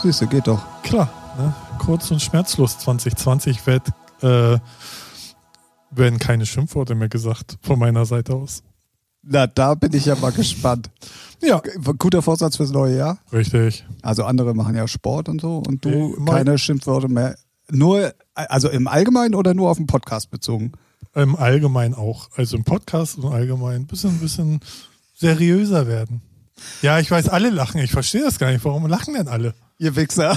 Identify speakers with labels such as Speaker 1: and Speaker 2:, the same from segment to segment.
Speaker 1: Siehst du, geht doch.
Speaker 2: Klar, ne? kurz und schmerzlos 2020 wird, äh, werden keine Schimpfworte mehr gesagt von meiner Seite aus.
Speaker 1: Na, da bin ich ja mal gespannt.
Speaker 2: Ja,
Speaker 1: Guter Vorsatz fürs neue Jahr.
Speaker 2: richtig.
Speaker 1: Also andere machen ja Sport und so und du
Speaker 2: Äh, mein-
Speaker 1: keine Schimpfwörter mehr. Nur, also im Allgemeinen oder nur auf den Podcast bezogen?
Speaker 2: Im Allgemeinen auch. Also im Podcast und allgemein ein bisschen, ein bisschen seriöser werden. Ja, ich weiß, alle lachen. Ich verstehe das gar nicht. Warum lachen denn alle?
Speaker 1: Ihr Wichser.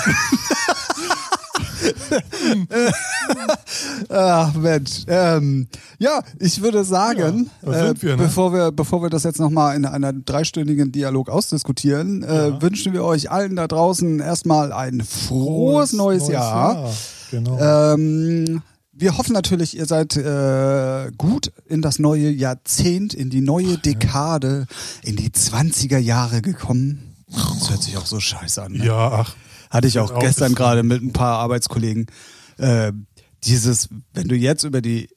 Speaker 1: Ach Mensch. Ähm, ja, ich würde sagen, äh,
Speaker 2: Ja, da sind wir, ne?
Speaker 1: bevor, wir, bevor wir das jetzt nochmal in einem dreistündigen Dialog ausdiskutieren, äh, wünschen wir euch allen da draußen erstmal ein frohes, neues, Jahr.
Speaker 2: Genau.
Speaker 1: Ähm, wir hoffen natürlich, ihr seid äh, gut in das neue Jahrzehnt, in die neue Dekade, in die 20er Jahre gekommen. Das hört sich auch so scheiße an. Ne?
Speaker 2: ja, ach.
Speaker 1: Hatte ich
Speaker 2: Ja,
Speaker 1: auch
Speaker 2: auch
Speaker 1: gestern
Speaker 2: ist-
Speaker 1: gerade mit ein paar Arbeitskollegen. Äh, dieses, wenn du jetzt über die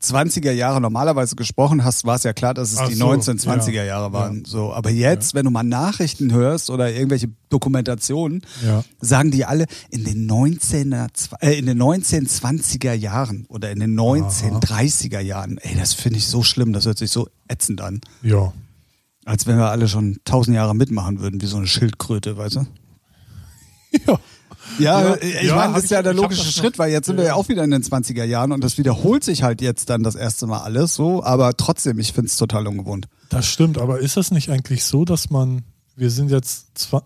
Speaker 1: 20er Jahre normalerweise gesprochen hast, war es ja klar, dass es
Speaker 2: Ach
Speaker 1: die
Speaker 2: so,
Speaker 1: 1920er
Speaker 2: ja,
Speaker 1: Jahre waren. So, aber jetzt, wenn du mal Nachrichten hörst oder irgendwelche Dokumentationen,
Speaker 2: Ja.
Speaker 1: sagen die alle in den 19er, zw- äh, in den 1920er Jahren oder in den 1930er Jahren. Ey, das finde ich so schlimm, das hört sich so ätzend an.
Speaker 2: Ja.
Speaker 1: Als wenn wir alle schon tausend Jahre mitmachen würden, wie so eine Schildkröte, weißt du?
Speaker 2: Ja.
Speaker 1: Ja,
Speaker 2: Ja,
Speaker 1: ich
Speaker 2: ja,
Speaker 1: meine,
Speaker 2: hab
Speaker 1: das ist
Speaker 2: ich-
Speaker 1: ja der
Speaker 2: ich hab
Speaker 1: logische
Speaker 2: das noch-
Speaker 1: Schritt, weil jetzt sind wir ja auch wieder in den 20er Jahren und das wiederholt sich halt jetzt dann das erste Mal alles so, aber trotzdem, ich finde es total ungewohnt.
Speaker 2: Das stimmt, aber ist es nicht eigentlich so, dass man, wir sind jetzt zwa-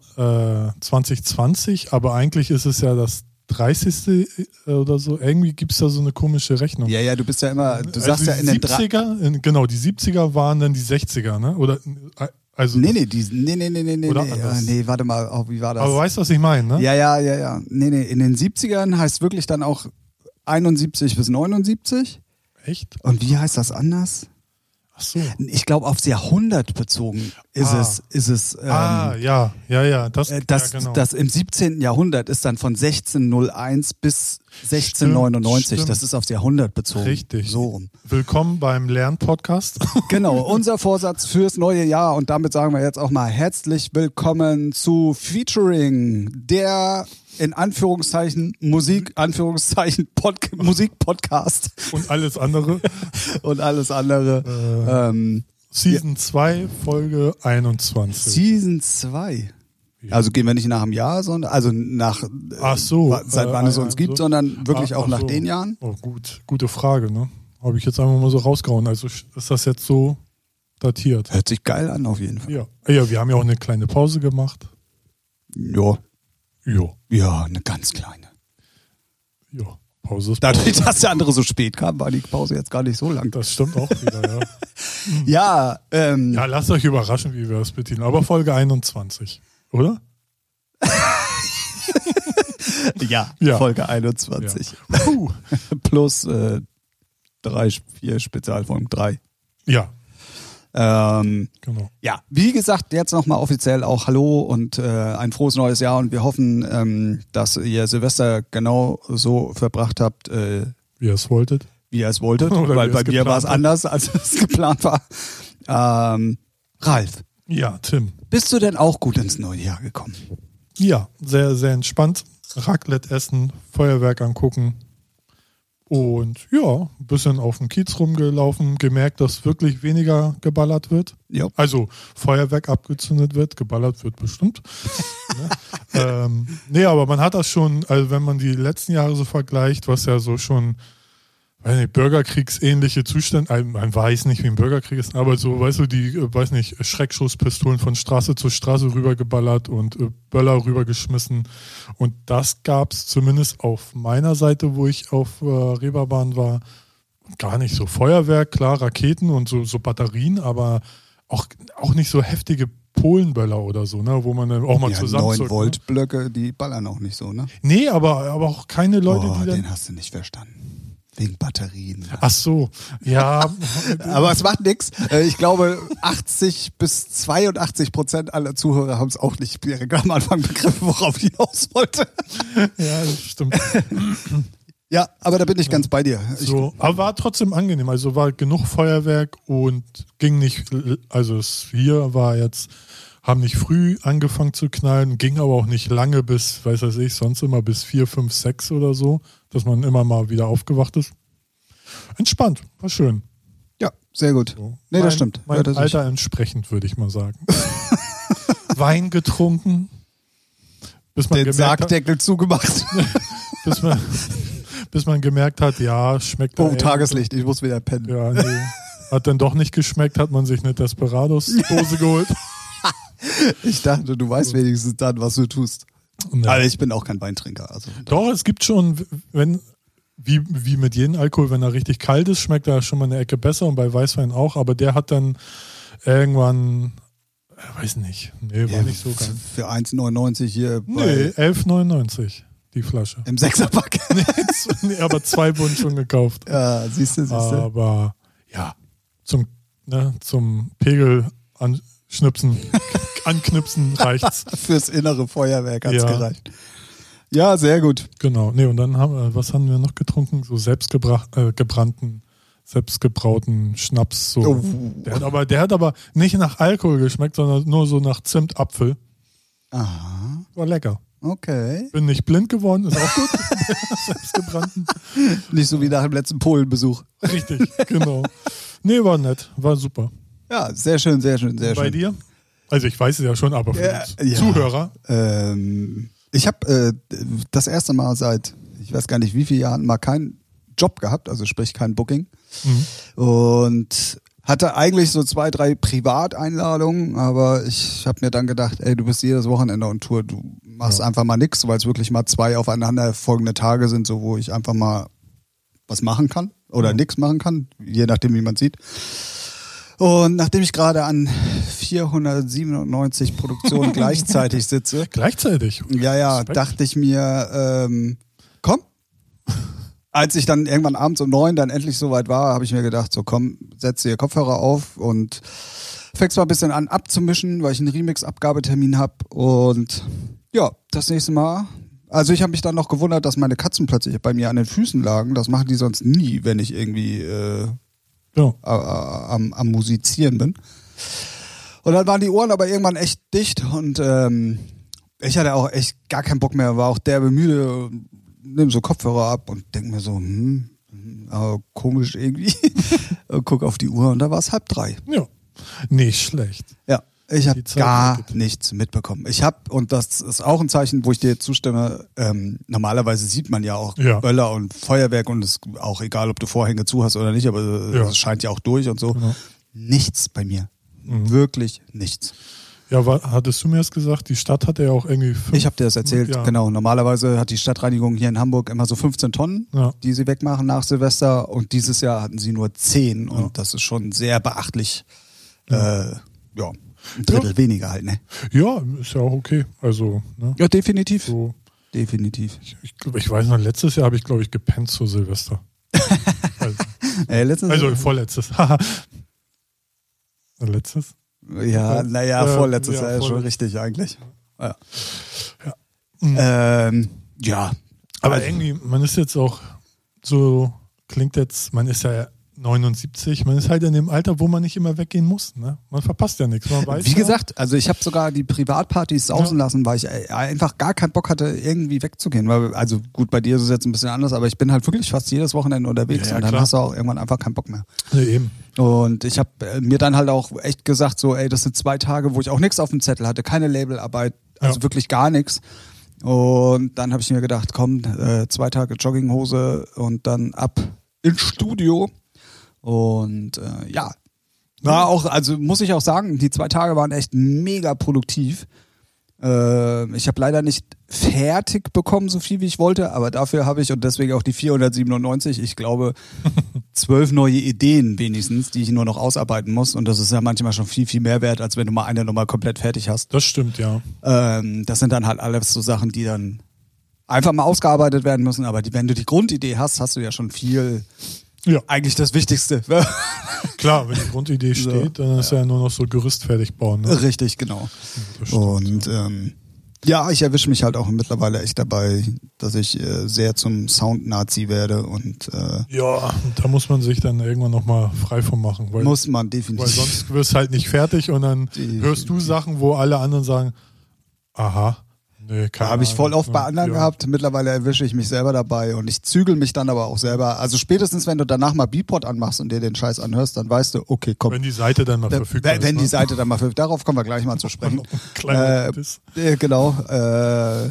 Speaker 2: äh, 2020, aber eigentlich ist es ja das 30. oder so. Irgendwie gibt es da so eine komische Rechnung.
Speaker 1: Ja, ja, du bist ja immer, du
Speaker 2: Also
Speaker 1: sagst
Speaker 2: die
Speaker 1: ja in den drei-
Speaker 2: 70er, in, genau, die 70er waren dann die 60er, ne? Oder, äh, also,
Speaker 1: Nee, nee, die, nee, nee, nee, nee, nee,
Speaker 2: Oder
Speaker 1: nee,
Speaker 2: anders.
Speaker 1: nee, warte mal, oh, wie war das?
Speaker 2: aber weißt du, was ich meine, ne?
Speaker 1: Ja, ja, ja, ja. Nee, nee, in den 70ern heißt wirklich dann auch 71 bis 79
Speaker 2: Echt?
Speaker 1: und ähm, wie heißt das anders?
Speaker 2: Ach so.
Speaker 1: Ich glaube, aufs Jahrhundert bezogen ist
Speaker 2: Ah.
Speaker 1: es, ist es, ähm,
Speaker 2: ah, ja, ja, ja. Das,
Speaker 1: Äh, Das,
Speaker 2: ja, genau.
Speaker 1: das im 17. Jahrhundert ist dann von 1601 bis 1699.
Speaker 2: Stimmt, stimmt.
Speaker 1: Das ist aufs Jahrhundert bezogen.
Speaker 2: Richtig.
Speaker 1: So rum.
Speaker 2: Willkommen beim Lernpodcast.
Speaker 1: Genau, unser Vorsatz fürs neue Jahr. Und damit sagen wir jetzt auch mal herzlich willkommen zu Featuring der in Anführungszeichen Musik, Anführungszeichen Pod Musikpodcast
Speaker 2: und alles andere.
Speaker 1: und alles andere.
Speaker 2: Äh,
Speaker 1: Ähm,
Speaker 2: Season 2, Folge 21.
Speaker 1: Season 2. Also gehen wir nicht nach dem Jahr, sondern also nach äh,
Speaker 2: Ach so.
Speaker 1: wa- seit wann
Speaker 2: Äh,
Speaker 1: es uns
Speaker 2: äh,
Speaker 1: gibt,
Speaker 2: so.
Speaker 1: sondern wirklich
Speaker 2: Ah,
Speaker 1: auch
Speaker 2: ach
Speaker 1: nach
Speaker 2: so.
Speaker 1: den Jahren.
Speaker 2: Oh, gut. Gute Frage, ne? Habe ich jetzt einfach mal so rausgehauen. Also sch- ist das jetzt so datiert?
Speaker 1: Hört sich geil an auf jeden Fall.
Speaker 2: Ja. Ja, wir haben ja auch eine kleine Pause gemacht.
Speaker 1: Ja,
Speaker 2: Jo.
Speaker 1: ja, eine ganz kleine.
Speaker 2: Jo. Pause ist Pause.
Speaker 1: Dadurch, dass der andere so spät kam, war die Pause jetzt gar nicht so lang.
Speaker 2: Das stimmt auch wieder, ja.
Speaker 1: Ja, ähm,
Speaker 2: Ja, lasst euch überraschen, wie wir das bedienen. Aber Folge 21, oder?
Speaker 1: ja,
Speaker 2: Ja.
Speaker 1: Folge 21
Speaker 2: Ja. Puh.
Speaker 1: plus äh, drei, vier Spezialfolgen, drei.
Speaker 2: ja,
Speaker 1: Ähm,
Speaker 2: genau.
Speaker 1: ja, wie gesagt, jetzt nochmal offiziell auch Hallo und äh, ein frohes neues Jahr und wir hoffen, ähm, dass ihr Silvester genau so verbracht habt, äh,
Speaker 2: Wie ihr es wolltet.
Speaker 1: wie ihr es wolltet,
Speaker 2: Oder wie
Speaker 1: weil
Speaker 2: ihr
Speaker 1: bei
Speaker 2: es
Speaker 1: mir war es
Speaker 2: geplant habt.
Speaker 1: anders, als es geplant war. Ähm, Ralf,
Speaker 2: Ja, Tim.
Speaker 1: bist du denn auch gut ins neue Jahr gekommen?
Speaker 2: Ja, sehr, sehr entspannt. Raclette essen, Feuerwerk angucken. Und ja, ein bisschen auf dem Kiez rumgelaufen, gemerkt, dass wirklich weniger geballert wird.
Speaker 1: Ja.
Speaker 2: Also Feuerwerk abgezündet wird, geballert wird bestimmt. ne? ähm, nee, aber man hat das schon, also wenn man die letzten Jahre so vergleicht, was ja so schon, weiß nicht, Bürgerkriegsähnliche Zustände, ein- man weiß nicht, wie ein Bürgerkrieg ist, aber so, weißt du, die, äh, weiß nicht, Schreckschusspistolen von Straße zu Straße rübergeballert und äh, Böller rübergeschmissen. Und das gab es zumindest auf meiner Seite, wo ich auf äh, Reeperbahn war, gar nicht so Feuerwerk, klar, Raketen und so, so Batterien, aber auch, auch nicht so heftige Polenböller oder so, ne, wo man dann auch mal ne?
Speaker 1: Ja, 9
Speaker 2: zusammenzuckt,
Speaker 1: Volt Blöcke, die ballern auch nicht so, ne?
Speaker 2: Ne? Nee, aber, aber auch keine Leute,
Speaker 1: Boah,
Speaker 2: die dann.
Speaker 1: den hast du nicht verstanden. Wegen Batterien.
Speaker 2: Ach so, ja,
Speaker 1: Aber es macht nichts. Ich glaube, 80 bis 82 Prozent aller Zuhörer haben es auch nicht direkt am Anfang begriffen, worauf ich hinaus wollte.
Speaker 2: ja, das stimmt.
Speaker 1: Ja, aber da bin ich ganz bei dir. Ich,
Speaker 2: So, aber war trotzdem angenehm. Also war genug Feuerwerk und ging nicht. Also es hier war jetzt haben nicht früh angefangen zu knallen, ging aber auch nicht lange bis, weiß was ich, sonst immer bis 4, 5, 6 oder so, dass man immer mal wieder aufgewacht ist. Entspannt, war schön.
Speaker 1: Ja, sehr gut.
Speaker 2: So.
Speaker 1: Nee, das
Speaker 2: Mein-
Speaker 1: stimmt.
Speaker 2: Mein
Speaker 1: Ja, das ist-
Speaker 2: Alter entsprechend, würde ich mal sagen. Wein getrunken. Bis man,
Speaker 1: Den
Speaker 2: gemerkt ne? hat,
Speaker 1: Sargdeckel zugemacht.
Speaker 2: bis, man, bis man gemerkt hat, ja, schmeckt
Speaker 1: Oh,
Speaker 2: da-
Speaker 1: Tageslicht, ich muss wieder pennen.
Speaker 2: Ja, nee. Hat dann doch nicht geschmeckt, hat man sich eine Desperados-Dose geholt.
Speaker 1: Ich dachte, du weißt wenigstens dann, was du tust.
Speaker 2: Ja.
Speaker 1: Aber ich bin auch kein Weintrinker. Also.
Speaker 2: Doch, es gibt schon, wenn, wie, wie mit jedem Alkohol, wenn er richtig kalt ist, schmeckt er schon mal eine Ecke besser und bei Weißwein auch, aber der hat dann irgendwann, äh, weiß nicht, nee, war nicht so ganz.
Speaker 1: Für 1,99 hier
Speaker 2: Nee,
Speaker 1: bei,
Speaker 2: 11,99 die Flasche.
Speaker 1: im Sechserpack.
Speaker 2: nee, aber zwei wurden schon gekauft.
Speaker 1: ja, siehst du, siehst du.
Speaker 2: Aber ja, zum, ne, zum Pegel anschnipsen, anknipsen reicht's.
Speaker 1: Fürs innere Feuerwerk hat's
Speaker 2: Ja.
Speaker 1: gereicht. Ja, sehr gut.
Speaker 2: Genau, nee, und dann haben wir, was haben wir noch getrunken? So selbstgebrannten, äh, gebrannten, selbstgebrauten Schnaps. So.
Speaker 1: Oh.
Speaker 2: Der, hat aber, der hat aber nicht nach Alkohol geschmeckt, sondern nur so nach Zimtapfel.
Speaker 1: Aha,
Speaker 2: War lecker.
Speaker 1: okay.
Speaker 2: Bin nicht blind geworden, ist auch gut. Selbstgebrannten.
Speaker 1: Nicht so wie nach dem letzten Polenbesuch.
Speaker 2: Richtig, genau. Nee, war nett, war super.
Speaker 1: Ja, sehr schön, sehr schön, sehr
Speaker 2: Bei
Speaker 1: schön.
Speaker 2: dir? Also ich weiß es ja schon, aber für
Speaker 1: Ja,
Speaker 2: uns
Speaker 1: ja.
Speaker 2: Zuhörer,
Speaker 1: Ähm, ich habe äh, das erste Mal seit, ich weiß gar nicht wie vielen Jahren, mal keinen Job gehabt, also sprich kein Booking. Und hatte eigentlich so zwei, drei Privateinladungen, aber ich habe mir dann gedacht, ey, du bist jedes Wochenende on Tour, du machst einfach mal nichts, weil es wirklich mal zwei aufeinanderfolgende Tage sind, so wo ich einfach mal was machen kann oder nix machen kann, je nachdem, wie man sieht. Und nachdem ich gerade an 497 Produktionen gleichzeitig sitze,
Speaker 2: gleichzeitig.
Speaker 1: ja, ja,
Speaker 2: Respekt.
Speaker 1: dachte ich mir, ähm, komm. Als ich dann irgendwann abends um neun dann endlich soweit war, habe ich mir gedacht, so komm, setz dir Kopfhörer auf und fängst mal ein bisschen an abzumischen, weil ich einen Remix-Abgabetermin habe. Und ja, das nächste Mal. Also ich habe mich dann noch gewundert, dass meine Katzen plötzlich bei mir an den Füßen lagen. Das machen die sonst nie, wenn ich irgendwie äh,
Speaker 2: Ja.
Speaker 1: äh, am, am Musizieren bin. Und dann waren die Ohren aber irgendwann echt dicht und ähm, ich hatte auch echt gar keinen Bock mehr, war auch derbe müde, nimm so Kopfhörer ab und denk mir so, hm, hm, aber komisch irgendwie. Und Guck auf die Uhr und da war es halb drei.
Speaker 2: ja. Nicht schlecht.
Speaker 1: Ja, ich habe
Speaker 2: Die Zeit
Speaker 1: gar
Speaker 2: leidet.
Speaker 1: nichts mitbekommen. Ich habe, und das ist auch ein Zeichen, wo ich dir zustimme, ähm, normalerweise sieht man ja auch
Speaker 2: Ja.
Speaker 1: Böller und Feuerwerk und es ist auch egal, ob du Vorhänge zu hast oder nicht, aber äh,
Speaker 2: Ja.
Speaker 1: es scheint ja auch durch und so.
Speaker 2: Genau. Mhm.
Speaker 1: Nichts bei mir. Wirklich nichts.
Speaker 2: Ja, war, hattest du mir das gesagt? Die Stadt hatte ja auch irgendwie fünf,
Speaker 1: Ich habe dir das erzählt,
Speaker 2: Ja.
Speaker 1: genau. Normalerweise hat die Stadtreinigung hier in Hamburg immer so 15 Tonnen,
Speaker 2: Ja.
Speaker 1: die sie wegmachen nach Silvester und dieses Jahr hatten sie nur 10 und das ist schon sehr beachtlich. Ja, äh, ja ein Drittel weniger halt, ne?
Speaker 2: Ja, ist ja auch okay. Also, ne?
Speaker 1: Ja, definitiv.
Speaker 2: So,
Speaker 1: Definitiv.
Speaker 2: ich, ich, glaub, ich weiß noch, letztes Jahr habe ich, glaube ich, gepennt zu Silvester. also,
Speaker 1: Äh, letztens,
Speaker 2: also vorletztes. Haha. letztes?
Speaker 1: ja, naja,
Speaker 2: äh,
Speaker 1: vorletztes
Speaker 2: ja,
Speaker 1: Jahr ist schon
Speaker 2: vorletztes.
Speaker 1: richtig eigentlich. Ja.
Speaker 2: Ja.
Speaker 1: Ähm, ja.
Speaker 2: Aber
Speaker 1: Also,
Speaker 2: irgendwie, man ist jetzt auch so, klingt jetzt, man ist ja 79, man ist halt in dem Alter, wo man nicht immer weggehen muss. Ne? Man verpasst ja nichts. Man weiß
Speaker 1: wie
Speaker 2: ja,
Speaker 1: gesagt, also ich habe sogar die Privatpartys sausen
Speaker 2: Ja.
Speaker 1: lassen, weil ich äh, einfach gar keinen Bock hatte, irgendwie wegzugehen. Weil, also gut, bei dir ist es jetzt ein bisschen anders, aber ich bin halt wirklich fast jedes Wochenende unterwegs
Speaker 2: Ja, ja,
Speaker 1: und dann
Speaker 2: klar.
Speaker 1: hast du auch irgendwann einfach keinen Bock mehr.
Speaker 2: Nee, eben.
Speaker 1: Und ich habe äh, mir dann halt auch echt gesagt, so, ey, das sind zwei Tage, wo ich auch nichts auf dem Zettel hatte, keine Labelarbeit, also
Speaker 2: Ja.
Speaker 1: wirklich gar nichts. Und dann habe ich mir gedacht, komm, äh, zwei Tage Jogginghose und dann ab ins Studio. Und äh, ja, war auch, also muss ich auch sagen, die zwei Tage waren echt mega produktiv. Äh, ich habe leider nicht fertig bekommen, so viel wie ich wollte, aber dafür habe ich und deswegen auch die 497, ich glaube, zwölf neue Ideen wenigstens, die ich nur noch ausarbeiten muss. Und das ist ja manchmal schon viel, viel mehr wert, als wenn du mal eine nochmal komplett fertig hast.
Speaker 2: Das stimmt, ja.
Speaker 1: Ähm, das sind dann halt alles so Sachen, die dann einfach mal ausgearbeitet werden müssen. Aber die, wenn du die Grundidee hast, hast du ja schon viel,
Speaker 2: Ja,
Speaker 1: eigentlich das Wichtigste.
Speaker 2: klar, wenn die Grundidee
Speaker 1: So,
Speaker 2: steht, dann ist ja. nur noch so Gerüst fertig bauen. Ne?
Speaker 1: Richtig, genau.
Speaker 2: Das stimmt,
Speaker 1: Und ähm, Ja, ich erwische mich halt auch mittlerweile echt dabei, dass ich äh, sehr zum Sound-Nazi werde und äh,
Speaker 2: Ja, da muss man sich dann irgendwann nochmal frei von machen, weil,
Speaker 1: muss man
Speaker 2: weil
Speaker 1: definitiv.
Speaker 2: sonst wirst du halt nicht fertig und dann
Speaker 1: Die-
Speaker 2: hörst du Sachen, wo alle anderen sagen, aha, nee, keine
Speaker 1: Habe ich voll
Speaker 2: Ahnung,
Speaker 1: oft bei
Speaker 2: ne,
Speaker 1: anderen
Speaker 2: ja.
Speaker 1: gehabt. Mittlerweile erwische ich mich selber dabei und ich zügel mich dann aber auch selber. Also spätestens, wenn du danach mal Beatport anmachst und dir den Scheiß anhörst, dann weißt du, okay, komm.
Speaker 2: Wenn die Seite dann mal
Speaker 1: Wenn,
Speaker 2: verfügbar
Speaker 1: wenn die
Speaker 2: ist. ne?
Speaker 1: Seite dann mal verfügbar Darauf kommen wir gleich mal zu sprechen.
Speaker 2: Kleiner
Speaker 1: äh,
Speaker 2: Diss.
Speaker 1: Äh, genau. Äh,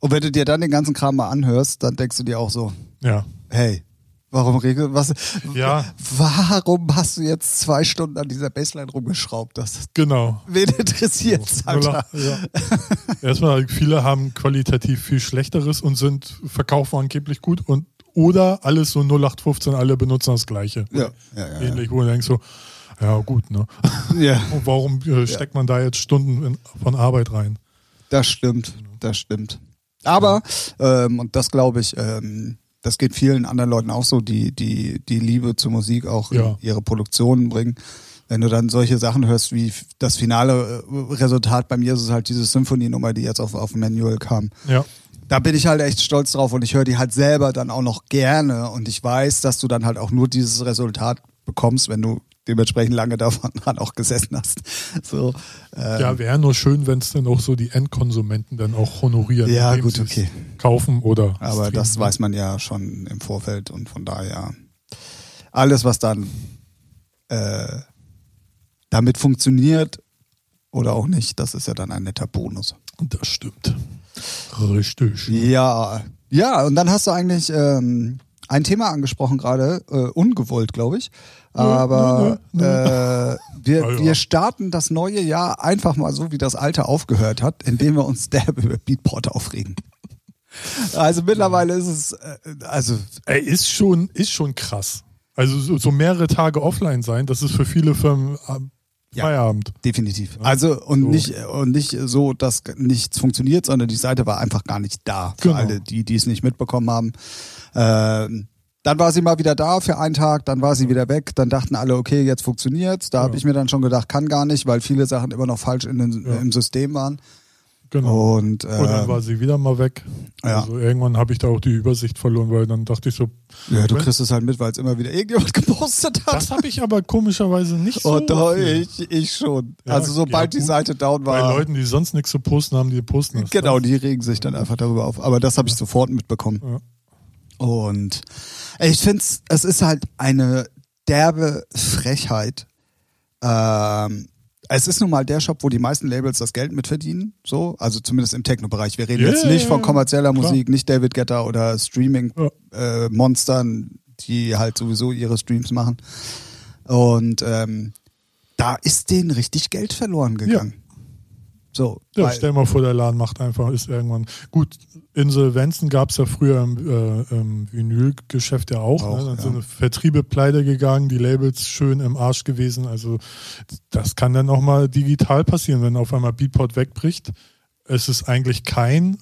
Speaker 1: und wenn du dir dann den ganzen Kram mal anhörst, dann denkst du dir auch so,
Speaker 2: Ja.
Speaker 1: hey, warum regel was?
Speaker 2: Ja.
Speaker 1: Warum hast du jetzt zwei Stunden an dieser Bassline rumgeschraubt? Das
Speaker 2: Genau.
Speaker 1: wen interessiert's, Alter?
Speaker 2: Ja. Erstmal, viele haben qualitativ viel Schlechteres und sind verkaufen angeblich gut und oder alles so 0815, alle benutzen das Gleiche.
Speaker 1: Ja, ja, ja.
Speaker 2: Ähnlich, wo du denkst so, ja gut, ne?
Speaker 1: ja.
Speaker 2: Und warum äh, steckt man da jetzt Stunden in, von Arbeit rein?
Speaker 1: Das stimmt, das stimmt. Aber, ähm, und das glaube ich, ähm, das geht vielen anderen Leuten auch so, die die, die Liebe zur Musik auch
Speaker 2: Ja.
Speaker 1: in ihre Produktionen bringen. Wenn du dann solche Sachen hörst, wie f- das finale äh, Resultat bei mir ist es halt diese Symphonienummer, die jetzt auf, auf dem Manual kam.
Speaker 2: Ja,
Speaker 1: Da bin ich halt echt stolz drauf und ich höre die halt selber dann auch noch gerne und ich weiß, dass du dann halt auch nur dieses Resultat bekommst, wenn du dementsprechend lange davon dran auch gesessen hast. So, äh,
Speaker 2: ja wäre nur schön, wenn es dann auch so die Endkonsumenten dann auch honorieren.
Speaker 1: Ja,
Speaker 2: indem
Speaker 1: gut,
Speaker 2: sie's
Speaker 1: okay.
Speaker 2: Kaufen oder.
Speaker 1: Aber
Speaker 2: streamen.
Speaker 1: das weiß man ja schon im Vorfeld und von daher alles, was dann äh, damit funktioniert oder auch nicht, das ist ja dann ein netter Bonus.
Speaker 2: Das stimmt. Richtig.
Speaker 1: Ja, ja, und dann hast du eigentlich ähm, ein Thema angesprochen gerade, äh, ungewollt, glaube ich. Aber
Speaker 2: nö, nö,
Speaker 1: äh, wir,
Speaker 2: Ah, ja.
Speaker 1: wir starten das neue Jahr einfach mal so, wie das alte aufgehört hat, indem wir uns derbe über Beatport aufregen. Also mittlerweile ist es, äh, also
Speaker 2: Ey, ist schon, ist schon krass. Also so, so mehrere Tage offline sein, das ist für viele Firmen ähm,
Speaker 1: Ja.
Speaker 2: Feierabend.
Speaker 1: definitiv. Also und
Speaker 2: So.
Speaker 1: nicht und nicht so, dass nichts funktioniert, sondern die Seite war einfach gar nicht da für
Speaker 2: Genau.
Speaker 1: alle, die die es nicht mitbekommen haben. Ähm, dann war sie mal wieder da für einen Tag, dann war sie wieder weg, dann dachten alle, okay, jetzt funktioniert's. Da habe ich mir dann schon gedacht, kann gar nicht, weil viele Sachen immer noch falsch in den,
Speaker 2: Ja.
Speaker 1: im System waren.
Speaker 2: Genau.
Speaker 1: Und, äh,
Speaker 2: Und dann war sie wieder mal weg.
Speaker 1: ja.
Speaker 2: Also irgendwann habe ich da auch die Übersicht verloren, weil dann dachte ich so,
Speaker 1: ja, du kriegst es halt mit, weil es immer wieder irgendjemand gepostet hat.
Speaker 2: das habe ich aber komischerweise nicht so.
Speaker 1: Und da,
Speaker 2: viel.
Speaker 1: ich, ich schon.
Speaker 2: Ja,
Speaker 1: also sobald
Speaker 2: ja,
Speaker 1: die
Speaker 2: gut.
Speaker 1: Seite down war.
Speaker 2: Bei Leuten, die sonst nichts zu posten haben, die posten das. ne?
Speaker 1: Genau, die regen sich dann einfach darüber auf. Aber das habe ich sofort mitbekommen.
Speaker 2: Ja.
Speaker 1: Und ey, ich finde es, es ist halt eine derbe Frechheit. Ähm, es ist nun mal der Shop, wo die meisten Labels das Geld mitverdienen, so, also zumindest im Techno-Bereich. Wir reden
Speaker 2: Ja,
Speaker 1: jetzt
Speaker 2: ja,
Speaker 1: nicht
Speaker 2: ja,
Speaker 1: von
Speaker 2: ja.
Speaker 1: kommerzieller
Speaker 2: Klar.
Speaker 1: Musik, nicht David Getter oder
Speaker 2: Ja.
Speaker 1: Streaming-Monstern, die halt sowieso ihre Streams machen. Und ähm, da ist denen richtig Geld verloren gegangen. So,
Speaker 2: Ja,
Speaker 1: weil-
Speaker 2: stell mal vor, der Laden macht einfach, ist irgendwann. Gut, Insolvenzen gab es ja früher im, äh, im Vinylgeschäft ja auch.
Speaker 1: Auch,
Speaker 2: ne? Dann
Speaker 1: ja.
Speaker 2: sind Vertriebe pleite gegangen, die Labels schön im Arsch gewesen. Also das kann dann auch mal digital passieren, wenn auf einmal Beatport wegbricht. Es ist eigentlich kein,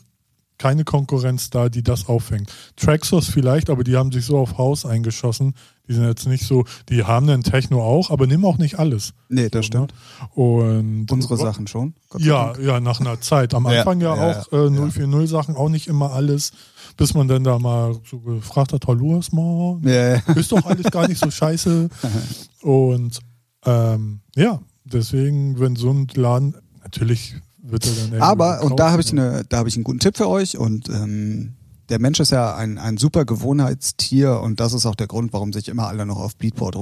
Speaker 2: keine Konkurrenz da, die das auffängt. Traxos vielleicht, aber die haben sich so auf Haus eingeschossen. Die sind jetzt nicht so, die haben dann Techno auch, aber nehmen auch nicht alles.
Speaker 1: nee, das
Speaker 2: So, ne?
Speaker 1: stimmt.
Speaker 2: Und
Speaker 1: Unsere Sachen schon. Gott sei
Speaker 2: ja,
Speaker 1: Dank.
Speaker 2: ja, nach einer Zeit. Am
Speaker 1: Ja,
Speaker 2: Anfang ja,
Speaker 1: ja,
Speaker 2: auch äh, 040 Sachen, auch nicht immer alles, bis man dann da mal so gefragt hat, hallo erstmal,
Speaker 1: Ja, ja.
Speaker 2: ist doch alles gar nicht so scheiße. Und ähm, ja, deswegen, wenn so ein Laden, natürlich wird er dann irgendwie
Speaker 1: Aber, und da
Speaker 2: gekauft,
Speaker 1: habe ich,
Speaker 2: ne?
Speaker 1: eine, da hab ich einen guten Tipp für euch. Und ähm, der Mensch ist ja ein, ein super Gewohnheitstier. Und das ist auch der Grund, warum sich immer alle noch auf Beatport äh,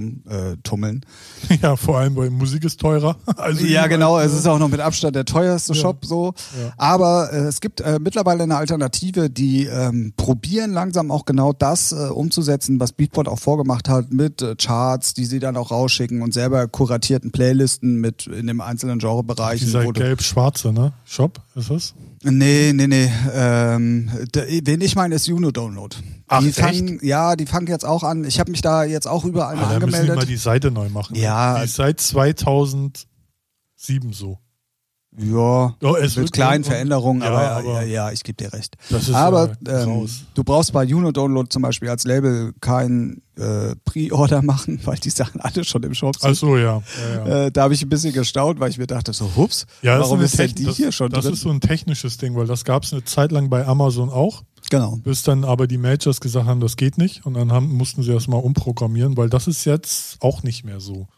Speaker 1: rumtummeln.
Speaker 2: Ja, vor allem, weil Musik ist teurer. Also
Speaker 1: ja,
Speaker 2: überall,
Speaker 1: genau.
Speaker 2: ne?
Speaker 1: Es ist auch noch mit Abstand der teuerste
Speaker 2: Ja.
Speaker 1: Shop so.
Speaker 2: Ja.
Speaker 1: Aber äh, es gibt äh, mittlerweile eine Alternative, die ähm, probieren langsam auch genau das äh, umzusetzen, was Beatport auch vorgemacht hat mit äh, Charts, die sie dann auch rausschicken und selber kuratierten Playlisten mit in dem einzelnen Genrebereich.
Speaker 2: Dieser gelb-schwarze, ne? Shop ist es?
Speaker 1: Nee, nee, nee. Ähm, d- wen ich meine, ist Juno Download.
Speaker 2: Ach,
Speaker 1: die
Speaker 2: echt?
Speaker 1: fangen, ja, die fangen jetzt auch an. Ich habe mich da jetzt auch überall mal
Speaker 2: Ah, da müssen die mal
Speaker 1: angemeldet.
Speaker 2: die Seite neu machen. ne?
Speaker 1: Ja.
Speaker 2: Die ist seit 2007 so.
Speaker 1: Ja,
Speaker 2: Ja, Oh, es
Speaker 1: mit
Speaker 2: wird
Speaker 1: kleinen
Speaker 2: kommen.
Speaker 1: Veränderungen,
Speaker 2: Ja,
Speaker 1: aber, ja,
Speaker 2: aber-
Speaker 1: ja, ja, ich gebe dir recht.
Speaker 2: Das ist,
Speaker 1: aber
Speaker 2: äh,
Speaker 1: ähm,
Speaker 2: raus.
Speaker 1: du brauchst bei Juno Download zum Beispiel als Label kein äh, Pre-Order machen, weil die Sachen alle schon im Shop sind.
Speaker 2: Achso, ja. ja, Also, ja.
Speaker 1: Äh, da habe ich ein bisschen gestaunt, weil ich mir dachte, so, hups,
Speaker 2: ja das
Speaker 1: warum
Speaker 2: eine
Speaker 1: ist denn
Speaker 2: Techn-
Speaker 1: die
Speaker 2: das,
Speaker 1: hier schon
Speaker 2: Das
Speaker 1: drin?
Speaker 2: ist so ein technisches Ding, weil das gab es eine Zeit lang bei Amazon auch,
Speaker 1: genau.
Speaker 2: bis dann aber die Majors gesagt haben, das geht nicht. Und dann haben, mussten sie das mal umprogrammieren, weil das ist jetzt auch nicht mehr so.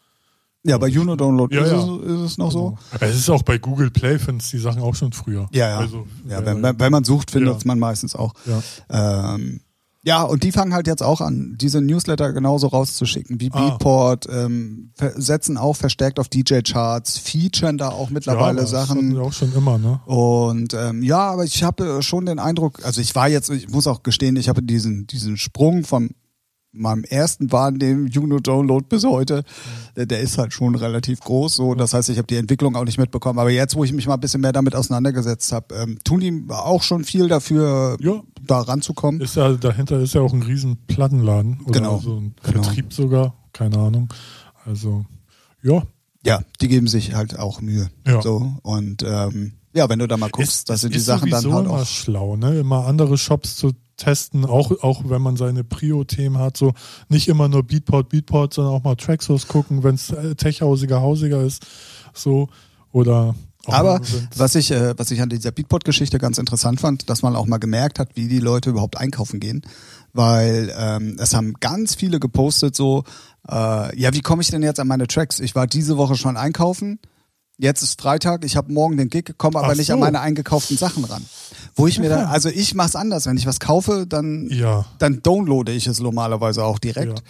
Speaker 1: Ja, bei Juno Download
Speaker 2: Ja, Genau.
Speaker 1: ist,
Speaker 2: ja.
Speaker 1: Es, ist es noch so.
Speaker 2: Also, Es ist auch bei Google Play, findest die Sachen auch schon früher.
Speaker 1: Ja, ja.
Speaker 2: Also,
Speaker 1: ja wenn, wenn wenn man sucht, findet
Speaker 2: Ja.
Speaker 1: man meistens auch.
Speaker 2: ja.
Speaker 1: Ähm, ja, und die fangen halt jetzt auch an, diese Newsletter genauso rauszuschicken wie
Speaker 2: Ah.
Speaker 1: Beatport, ähm, ver- setzen auch verstärkt auf DJ-Charts, featuren da auch mittlerweile
Speaker 2: aber das hatten
Speaker 1: Sachen.
Speaker 2: wir auch schon immer, ne?
Speaker 1: Und ähm, ja, aber ich habe äh, schon den Eindruck, also ich war jetzt, ich muss auch gestehen, ich habe diesen, diesen Sprung von meinem ersten Wahn, dem Juno-Download bis heute,
Speaker 2: Mhm.
Speaker 1: der, der ist halt schon relativ groß. So, das heißt, ich habe die Entwicklung auch nicht mitbekommen. Aber jetzt, wo ich mich mal ein bisschen mehr damit auseinandergesetzt habe, ähm, tun die auch schon viel dafür,
Speaker 2: Ja.
Speaker 1: da ranzukommen.
Speaker 2: Ist ja, dahinter ist ja auch ein riesen Plattenladen oder
Speaker 1: Genau,
Speaker 2: so ein
Speaker 1: genau.
Speaker 2: Vertrieb sogar, keine Ahnung. Also, ja,
Speaker 1: Ja, die geben sich halt auch Mühe.
Speaker 2: Ja.
Speaker 1: So und ähm, ja, wenn du da mal guckst, dass sie die
Speaker 2: ist
Speaker 1: Sachen dann
Speaker 2: sowieso
Speaker 1: halt
Speaker 2: immer
Speaker 1: auch.
Speaker 2: schlau, ne? Immer andere Shops zu testen, auch, auch wenn man seine Prio-Themen hat, so nicht immer nur Beatport, Beatport, sondern auch mal Tracksource gucken, wenn es techhausiger, hausiger ist, so oder auch
Speaker 1: Aber
Speaker 2: wenn's-
Speaker 1: was ich, äh, was ich an dieser Beatport-Geschichte ganz interessant fand, dass man auch mal gemerkt hat, wie die Leute überhaupt einkaufen gehen. Weil ähm, es haben ganz viele gepostet so, äh, ja, wie komme ich denn jetzt an meine Tracks? Ich war diese Woche schon einkaufen, jetzt ist Freitag, ich habe morgen den Gig, komme aber
Speaker 2: Ach
Speaker 1: nicht an
Speaker 2: so.
Speaker 1: meine eingekauften Sachen ran. Wo ich mir dann, also ich mach's anders, wenn ich was kaufe, dann,
Speaker 2: ja,
Speaker 1: dann downloade ich es normalerweise auch direkt.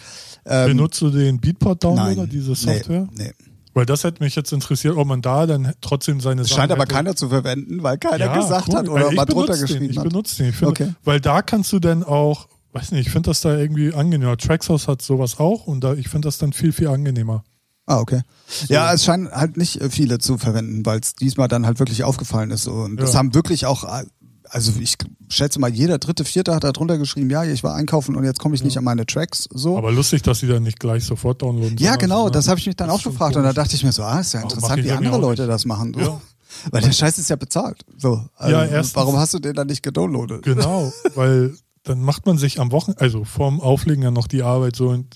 Speaker 1: Ähm,
Speaker 2: benutzt du den Beatport-Downloader,
Speaker 1: Nein.
Speaker 2: diese Software?
Speaker 1: Nee, nee.
Speaker 2: Weil das hätte mich jetzt interessiert, ob man da dann trotzdem seine
Speaker 1: Es scheint aber
Speaker 2: hätte.
Speaker 1: keiner zu verwenden, weil keiner
Speaker 2: Ja,
Speaker 1: gesagt
Speaker 2: cool.
Speaker 1: hat oder
Speaker 2: Ich
Speaker 1: mal
Speaker 2: benutze
Speaker 1: drunter
Speaker 2: den,
Speaker 1: geschrieben
Speaker 2: Ich
Speaker 1: hat.
Speaker 2: benutze den. Ich finde,
Speaker 1: Okay.
Speaker 2: Weil da kannst du dann auch, weiß nicht, ich finde das da irgendwie angenehmer. Traxos hat sowas auch und da, ich finde das dann viel, viel angenehmer.
Speaker 1: Ah, okay. Ja, es scheinen halt nicht äh, viele zu verwenden, weil es diesmal dann halt wirklich aufgefallen ist. Und das
Speaker 2: Ja.
Speaker 1: haben wirklich auch, äh, also ich schätze mal, jeder dritte, vierte hat da drunter geschrieben, ja, ich war einkaufen und jetzt komme ich nicht an meine Tracks. So.
Speaker 2: Aber lustig, dass sie dann nicht gleich sofort downloaden.
Speaker 1: ja,
Speaker 2: sondern-
Speaker 1: genau,
Speaker 2: ne?
Speaker 1: das habe ich mich dann
Speaker 2: Das ist
Speaker 1: auch
Speaker 2: schon
Speaker 1: gefragt. Und da dachte ich mir so, ah, ist ja
Speaker 2: Warum
Speaker 1: interessant,
Speaker 2: mache ich
Speaker 1: wie
Speaker 2: das
Speaker 1: andere
Speaker 2: mir auch
Speaker 1: Leute das machen.
Speaker 2: Ja.
Speaker 1: Weil der Scheiß ist ja bezahlt. So. Also,
Speaker 2: erstens.
Speaker 1: warum hast du den dann nicht gedownloadet?
Speaker 2: Genau, weil dann macht man sich am Wochenende, also vorm Auflegen dann noch die Arbeit so in,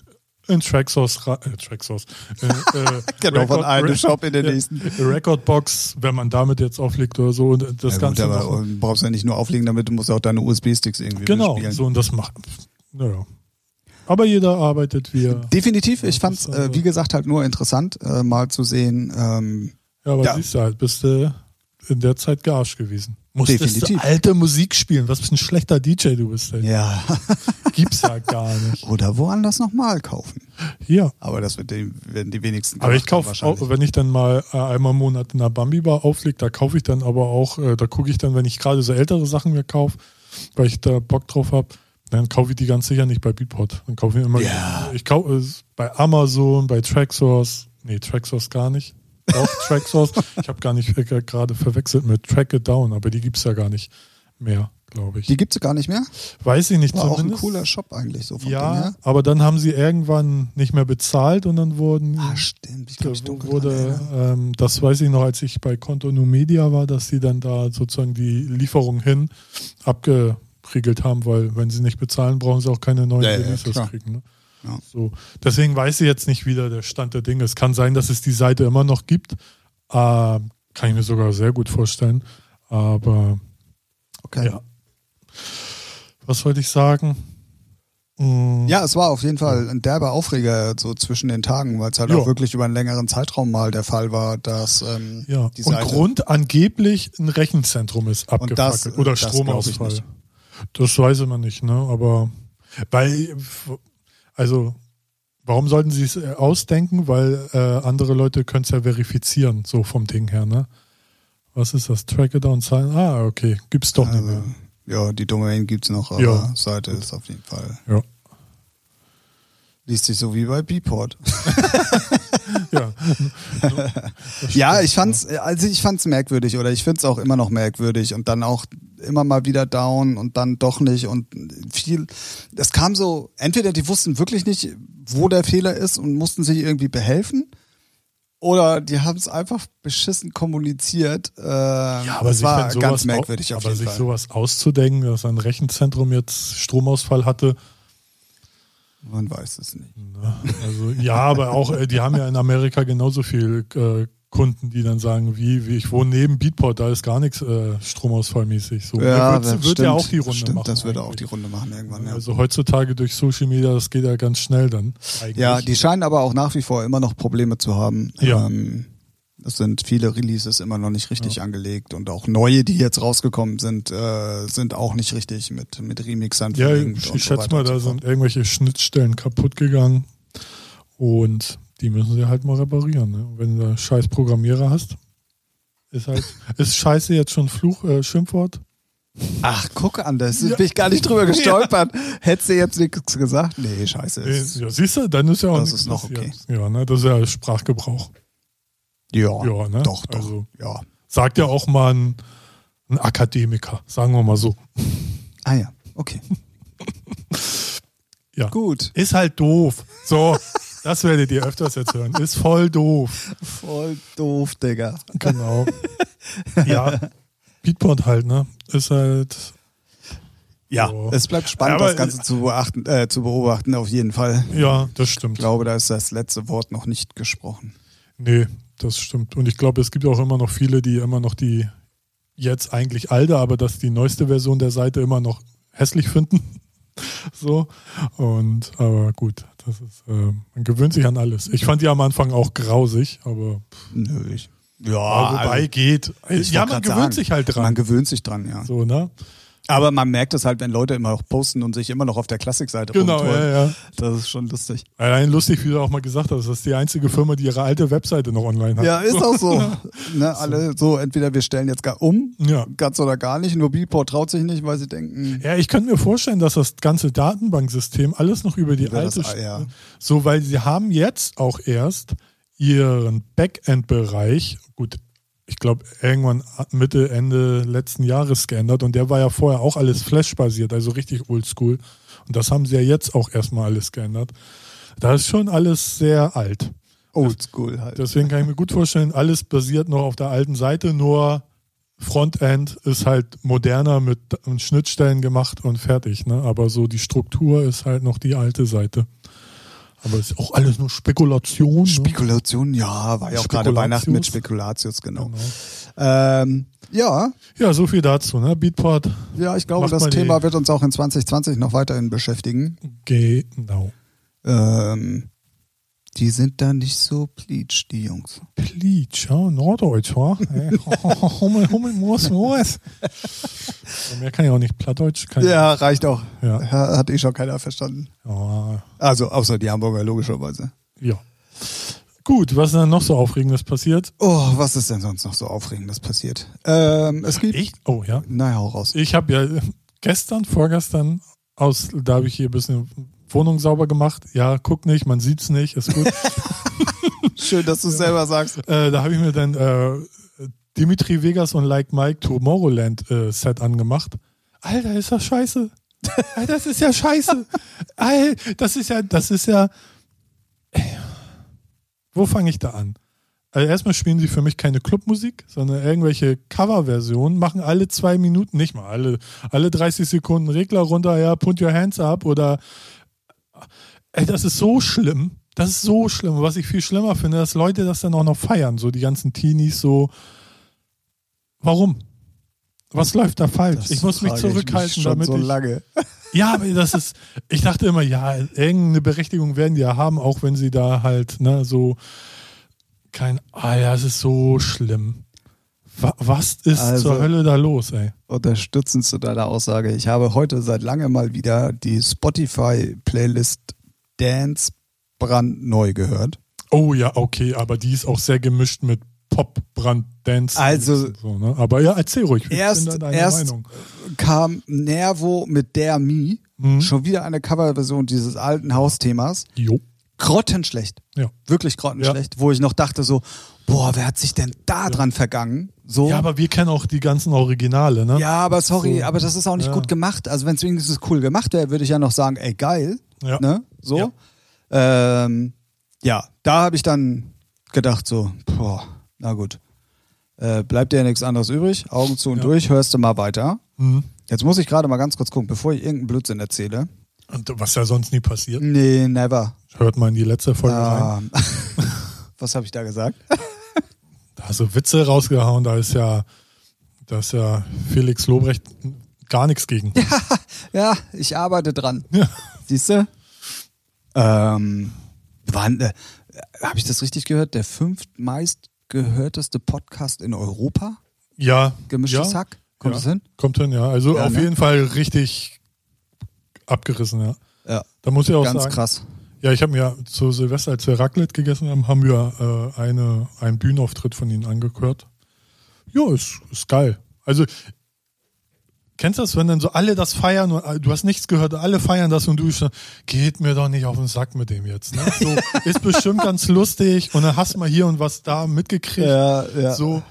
Speaker 2: in Traxos, ra- äh, Traxos, äh, äh,
Speaker 1: Genau, von einem
Speaker 2: Re-
Speaker 1: Shop in den
Speaker 2: äh,
Speaker 1: nächsten.
Speaker 2: Recordbox, wenn man damit jetzt auflegt oder so und das
Speaker 1: Ja,
Speaker 2: Ganze
Speaker 1: gut,
Speaker 2: noch-
Speaker 1: aber du brauchst ja nicht nur auflegen, damit du musst auch deine USB-Sticks irgendwie
Speaker 2: Genau,
Speaker 1: bespielen.
Speaker 2: so und das macht. Naja. Aber jeder arbeitet wie er.
Speaker 1: Definitiv, ich
Speaker 2: Ja,
Speaker 1: fand es,
Speaker 2: das ist also aber-
Speaker 1: äh, wie gesagt, halt nur interessant, äh, mal zu sehen. Ähm,
Speaker 2: Ja, aber
Speaker 1: Ja.
Speaker 2: siehst du halt, bist du in der Zeit gearscht gewesen. Musstest
Speaker 1: Definitiv.
Speaker 2: du alte Musik spielen. Was für ein schlechter DJ du bist. Ey.
Speaker 1: ja.
Speaker 2: Gibt's ja gar nicht.
Speaker 1: Oder woanders nochmal kaufen.
Speaker 2: Ja.
Speaker 1: Aber das wird die, werden die wenigsten
Speaker 2: Aber ich
Speaker 1: gemacht haben
Speaker 2: kaufe,
Speaker 1: wahrscheinlich.
Speaker 2: wenn ich dann mal äh, einmal im Monat in der Bambi-Bar auflege, da kaufe ich dann aber auch, äh, da gucke ich dann, wenn ich gerade so ältere Sachen mir kaufe, weil ich da Bock drauf habe, dann kaufe ich die ganz sicher nicht bei Beatport. Dann kaufe ich immer,
Speaker 1: Ja.
Speaker 2: ich kaufe es bei Amazon, bei Tracksource, nee, Tracksource gar nicht. Auch Tracksource, ich habe gar nicht äh, gerade verwechselt mit Track It Down, aber die gibt es ja gar nicht mehr, glaube ich.
Speaker 1: Die gibt es gar nicht mehr.
Speaker 2: Weiß ich nicht
Speaker 1: War auch ein
Speaker 2: zumindest.
Speaker 1: cooler Shop eigentlich, so von dem
Speaker 2: ja,
Speaker 1: her.
Speaker 2: aber dann haben sie irgendwann nicht mehr bezahlt und dann wurden
Speaker 1: Ah, stimmt. Ich glaube, ich
Speaker 2: da
Speaker 1: dunkel
Speaker 2: wurde, ähm, das weiß ich noch, als ich bei Konto Nu Media war, dass sie dann da sozusagen die Lieferung hin abgeriegelt haben, weil wenn sie nicht bezahlen, brauchen sie auch keine neuen
Speaker 1: Ja, ja,
Speaker 2: Releases
Speaker 1: klar.
Speaker 2: kriegen. Ne?
Speaker 1: Ja.
Speaker 2: So. Deswegen weiß ich jetzt nicht wieder der Stand der Dinge. Es kann sein, dass es die Seite immer noch gibt. Ähm, kann ich mir sogar sehr gut vorstellen. Aber
Speaker 1: Okay.
Speaker 2: ja. Was wollte ich sagen? Hm,
Speaker 1: Ja, es war auf jeden Fall ein derber Aufreger so zwischen den Tagen, weil es halt
Speaker 2: Ja.
Speaker 1: auch wirklich über einen längeren Zeitraum mal der Fall war, dass ähm,
Speaker 2: Ja,
Speaker 1: die
Speaker 2: und
Speaker 1: Seite
Speaker 2: Grund angeblich ein Rechenzentrum ist
Speaker 1: Und das-
Speaker 2: abgefackelt oder
Speaker 1: das glaub
Speaker 2: Stromausfall.
Speaker 1: ich nicht.
Speaker 2: Das weiß man nicht, ne? Aber weil, also, warum sollten sie es äh, ausdenken? Weil äh, andere Leute können es ja verifizieren, so vom Ding her, ne? Was ist das? Track it down, sign. Ah, okay, gibt's doch nicht
Speaker 1: Also,
Speaker 2: mehr.
Speaker 1: ja, die Domain gibt's noch, aber
Speaker 2: Ja.
Speaker 1: Seite ist auf jeden Fall.
Speaker 2: Ja.
Speaker 1: Liest sich so wie bei Beeport. Also.
Speaker 2: Ja,
Speaker 1: Ja, ich fand's, also ich fand's merkwürdig oder ich find's auch immer noch merkwürdig und dann auch immer mal wieder down und dann doch nicht und viel. Es kam so, entweder die wussten wirklich nicht, wo der Fehler ist und mussten sich irgendwie behelfen Oder die haben es einfach beschissen kommuniziert. Ähm, ja,
Speaker 2: aber
Speaker 1: es
Speaker 2: sich
Speaker 1: war
Speaker 2: dann sowas
Speaker 1: ganz merkwürdig
Speaker 2: au-
Speaker 1: auf
Speaker 2: aber
Speaker 1: jeden
Speaker 2: sich
Speaker 1: Fall.
Speaker 2: sowas auszudenken, dass ein Rechenzentrum jetzt Stromausfall hatte.
Speaker 1: Man weiß es nicht.
Speaker 2: Ne? Also ja, aber auch äh, die haben ja in Amerika genauso viel äh, Kunden, die dann sagen, wie, wie ich wohne neben Beatport, da ist gar nichts äh, Stromausfallmäßig. So Da wird's-
Speaker 1: das
Speaker 2: wird ja auch die Runde
Speaker 1: stimmt,
Speaker 2: machen.
Speaker 1: Das würde auch die
Speaker 2: eigentlich.
Speaker 1: Runde machen irgendwann. Ja.
Speaker 2: Also heutzutage durch Social Media, das geht ja ganz schnell dann. Eigentlich.
Speaker 1: ja, die scheinen aber auch nach wie vor immer noch Probleme zu haben.
Speaker 2: Ja.
Speaker 1: Ähm, es sind viele Releases immer noch nicht richtig angelegt und auch neue, die jetzt rausgekommen sind, äh, sind auch nicht richtig mit, mit Remixern
Speaker 2: Ja,
Speaker 1: verlinkt
Speaker 2: ich,
Speaker 1: und
Speaker 2: ich
Speaker 1: so
Speaker 2: schätze
Speaker 1: weiter
Speaker 2: mal,
Speaker 1: und so
Speaker 2: da
Speaker 1: fort.
Speaker 2: sind irgendwelche Schnittstellen kaputt gegangen und die müssen sie halt mal reparieren. Ne? Und Wenn du da scheiß Programmierer hast, ist halt, ist Scheiße jetzt schon Fluch, äh, Schimpfwort?
Speaker 1: Ach, guck an, das
Speaker 2: Ja.
Speaker 1: bin ich gar nicht drüber gestolpert. Hättest du jetzt nichts gesagt? Nee, scheiße.
Speaker 2: Äh,
Speaker 1: Ist,
Speaker 2: Ja, siehst du, dann ist ja auch
Speaker 1: Das
Speaker 2: nichts
Speaker 1: ist noch okay.
Speaker 2: passiert. Ja, ne? das ist ja Sprachgebrauch.
Speaker 1: ja,
Speaker 2: Ja, ne?
Speaker 1: doch, doch.
Speaker 2: Also-
Speaker 1: ja.
Speaker 2: Sagt ja auch mal ein, ein Akademiker, sagen wir mal so.
Speaker 1: Ah ja, okay.
Speaker 2: Ja.
Speaker 1: Gut.
Speaker 2: Ist halt doof. So, das werdet ihr öfters jetzt hören. Ist voll doof.
Speaker 1: Voll doof, Digga.
Speaker 2: Genau. Ja. Beatport halt, ne? Ist halt
Speaker 1: Ja,
Speaker 2: So.
Speaker 1: es bleibt spannend,
Speaker 2: Aber-
Speaker 1: das Ganze zu beachten, äh, zu beobachten, auf jeden Fall.
Speaker 2: Ja, das
Speaker 1: Ich
Speaker 2: stimmt.
Speaker 1: glaube, da ist das letzte Wort noch nicht gesprochen.
Speaker 2: Nee, das stimmt. Und ich glaube, es gibt auch immer noch viele, die immer noch die jetzt eigentlich alte, aber das die neueste Version der Seite immer noch hässlich finden. so. Und aber gut, das ist, äh, man gewöhnt sich an alles. Ich fand die am Anfang auch grausig, aber
Speaker 1: Nö, ich. Ja,
Speaker 2: wobei
Speaker 1: also,
Speaker 2: geht.
Speaker 1: ich
Speaker 2: ja,
Speaker 1: wollte
Speaker 2: man
Speaker 1: grad
Speaker 2: gewöhnt
Speaker 1: sagen,
Speaker 2: sich halt dran.
Speaker 1: Man gewöhnt sich dran, ja.
Speaker 2: so, ne?
Speaker 1: Aber man merkt es halt, wenn Leute immer noch posten und sich immer noch auf der Klassikseite
Speaker 2: Genau,
Speaker 1: rumtouren.
Speaker 2: ja, ja.
Speaker 1: Das ist schon lustig.
Speaker 2: Allein lustig, wie du auch mal gesagt hast, das ist die einzige Firma, die ihre alte Webseite noch online hat.
Speaker 1: Ja, ist auch so. ne, alle so, entweder wir stellen jetzt gar um,
Speaker 2: Ja.
Speaker 1: ganz oder gar nicht. Nur Beatport traut sich nicht, weil sie denken,
Speaker 2: Ja, ich könnte mir vorstellen, dass das ganze Datenbanksystem alles noch über die
Speaker 1: Über das
Speaker 2: alte,
Speaker 1: A- ja.
Speaker 2: so weil sie haben jetzt auch erst ihren Backend-Bereich, gut, ich glaube irgendwann Mitte Ende letzten Jahres geändert und der war ja vorher auch alles Flash-basiert, also richtig Oldschool und das haben sie ja jetzt auch erstmal alles geändert. Da ist schon alles sehr alt.
Speaker 1: oldschool halt.
Speaker 2: Deswegen kann ich mir gut vorstellen, alles basiert noch auf der alten Seite, nur Frontend ist halt moderner mit mit Schnittstellen gemacht und fertig. Ne? Aber so die Struktur ist halt noch die alte Seite. Aber es ist auch alles nur Spekulation. Ne?
Speaker 1: Spekulation, ja, war ja auch gerade
Speaker 2: Spekulatius.
Speaker 1: Weihnachten mit Spekulatius, genau.
Speaker 2: Genau.
Speaker 1: Ähm, ja,
Speaker 2: Ja, so viel dazu. Ne? Beatport,
Speaker 1: ja, ich glaube,
Speaker 2: Macht
Speaker 1: das
Speaker 2: mal die-
Speaker 1: Thema wird uns auch in 2020 noch weiterhin beschäftigen.
Speaker 2: genau.
Speaker 1: Ähm, die sind da nicht so pleatsch, die Jungs.
Speaker 2: Pleatsch, ja, Norddeutsch, wa? Hey, Hummel, Hummel, muss, muss. Mehr kann ich auch nicht. Plattdeutsch kann
Speaker 1: Ja, reicht auch.
Speaker 2: ich. Ja.
Speaker 1: Ha- Hat eh schon keiner verstanden.
Speaker 2: ja.
Speaker 1: Also, außer die Hamburger, logischerweise.
Speaker 2: Ja. Gut, was ist denn noch so Aufregendes passiert?
Speaker 1: Oh, was ist denn sonst noch so Aufregendes passiert? Ähm, es gibt.
Speaker 2: Ich? Oh ja.
Speaker 1: Na, hau raus.
Speaker 2: Ich habe ja gestern, vorgestern, aus, da habe ich hier ein bisschen Wohnung sauber gemacht. Ja, guck nicht, man sieht's nicht, ist gut.
Speaker 1: Schön, dass du es selber sagst.
Speaker 2: äh, da habe ich mir dann äh, Dimitri Vegas und Like Mike Tomorrowland äh, Set angemacht. Alter, ist das scheiße. Alter, das ist ja scheiße. Alter, das ist ja, das ist ja. Wo fange ich da an? Also erstmal spielen sie für mich keine Clubmusik, sondern irgendwelche Coverversionen, machen alle zwei Minuten, nicht mal alle, alle 30 Sekunden Regler runter, ja, put your hands up oder Ey, das ist so schlimm. Das ist so schlimm. Was ich viel schlimmer finde, dass Leute das dann auch noch feiern, so die ganzen Teenies, so. Warum? Was läuft da falsch? ich muss mich
Speaker 1: frage
Speaker 2: zurückhalten,
Speaker 1: schon
Speaker 2: damit
Speaker 1: so
Speaker 2: ich.
Speaker 1: lange.
Speaker 2: Ja, aber das ist, ich dachte immer, ja, irgendeine Berechtigung werden die ja haben, auch wenn sie da halt, ne, so kein, ah ja, es ist so schlimm. Wa- Was ist
Speaker 1: Also-
Speaker 2: zur Hölle da los, ey?
Speaker 1: Unterstützend zu deiner Aussage. Ich habe heute seit lange mal wieder die Spotify-Playlist Dance brandneu gehört.
Speaker 2: Oh ja, okay, aber die ist auch sehr gemischt mit Pop, Brand, Dance.
Speaker 1: Also-
Speaker 2: so, ne? Aber ja, erzähl ruhig. Ich
Speaker 1: Erst-
Speaker 2: bin da deiner
Speaker 1: erst-
Speaker 2: Meinung.
Speaker 1: Kam Nervo mit Der Mi,
Speaker 2: Mhm.
Speaker 1: schon wieder eine Coverversion dieses alten Hausthemas.
Speaker 2: Jo.
Speaker 1: grottenschlecht.
Speaker 2: Ja.
Speaker 1: Wirklich grottenschlecht, wo ich noch dachte so, boah, wer hat sich denn da dran vergangen? So.
Speaker 2: Ja, aber wir kennen auch die ganzen Originale, ne?
Speaker 1: Ja, aber sorry,
Speaker 2: So.
Speaker 1: aber das ist auch nicht
Speaker 2: Ja.
Speaker 1: gut gemacht. Also wenn es wenigstens cool gemacht wäre, würde ich ja noch sagen, ey, geil.
Speaker 2: Ja.
Speaker 1: Ne? So. Ja, ähm, ja da habe ich dann gedacht so, boah, na gut, äh, bleibt dir ja nichts anderes übrig, Augen zu und
Speaker 2: Ja.
Speaker 1: durch, hörst du mal weiter.
Speaker 2: Mhm.
Speaker 1: Jetzt muss ich gerade mal ganz kurz gucken, bevor ich irgendeinen Blödsinn erzähle.
Speaker 2: Und was ja sonst nie passiert.
Speaker 1: Nee, never.
Speaker 2: Hört mal in die letzte Folge rein.
Speaker 1: Ähm, was habe ich da gesagt?
Speaker 2: Da hast du Witze rausgehauen, da ist ja, da ist ja Felix Lobrecht gar nichts gegen.
Speaker 1: Ja, ich arbeite dran.
Speaker 2: Ja.
Speaker 1: Siehst du? Ähm, wann, äh, habe ich das richtig gehört? Der fünftmeistgehörteste Podcast in Europa?
Speaker 2: Ja.
Speaker 1: Gemischtes
Speaker 2: ja.
Speaker 1: Hack? Kommt
Speaker 2: ja.
Speaker 1: das hin?
Speaker 2: Kommt hin, ja. Also
Speaker 1: Ja,
Speaker 2: auf
Speaker 1: ne?
Speaker 2: jeden Fall richtig abgerissen, ja.
Speaker 1: Ja,
Speaker 2: Da muss ich auch
Speaker 1: ganz
Speaker 2: sagen,
Speaker 1: krass.
Speaker 2: ja, ich habe mir zu Silvester, als wir Raclette gegessen haben, haben wir äh, eine, einen Bühnenauftritt von ihnen angehört. Ja, ist, ist geil. Also, kennst du das, wenn dann so alle das feiern und äh, du hast nichts gehört, alle feiern das und du schon, geht mir doch nicht auf den Sack mit dem jetzt. Ne? So, ist bestimmt ganz lustig und dann hast du mal hier und was da mitgekriegt.
Speaker 1: Ja, ja.
Speaker 2: So,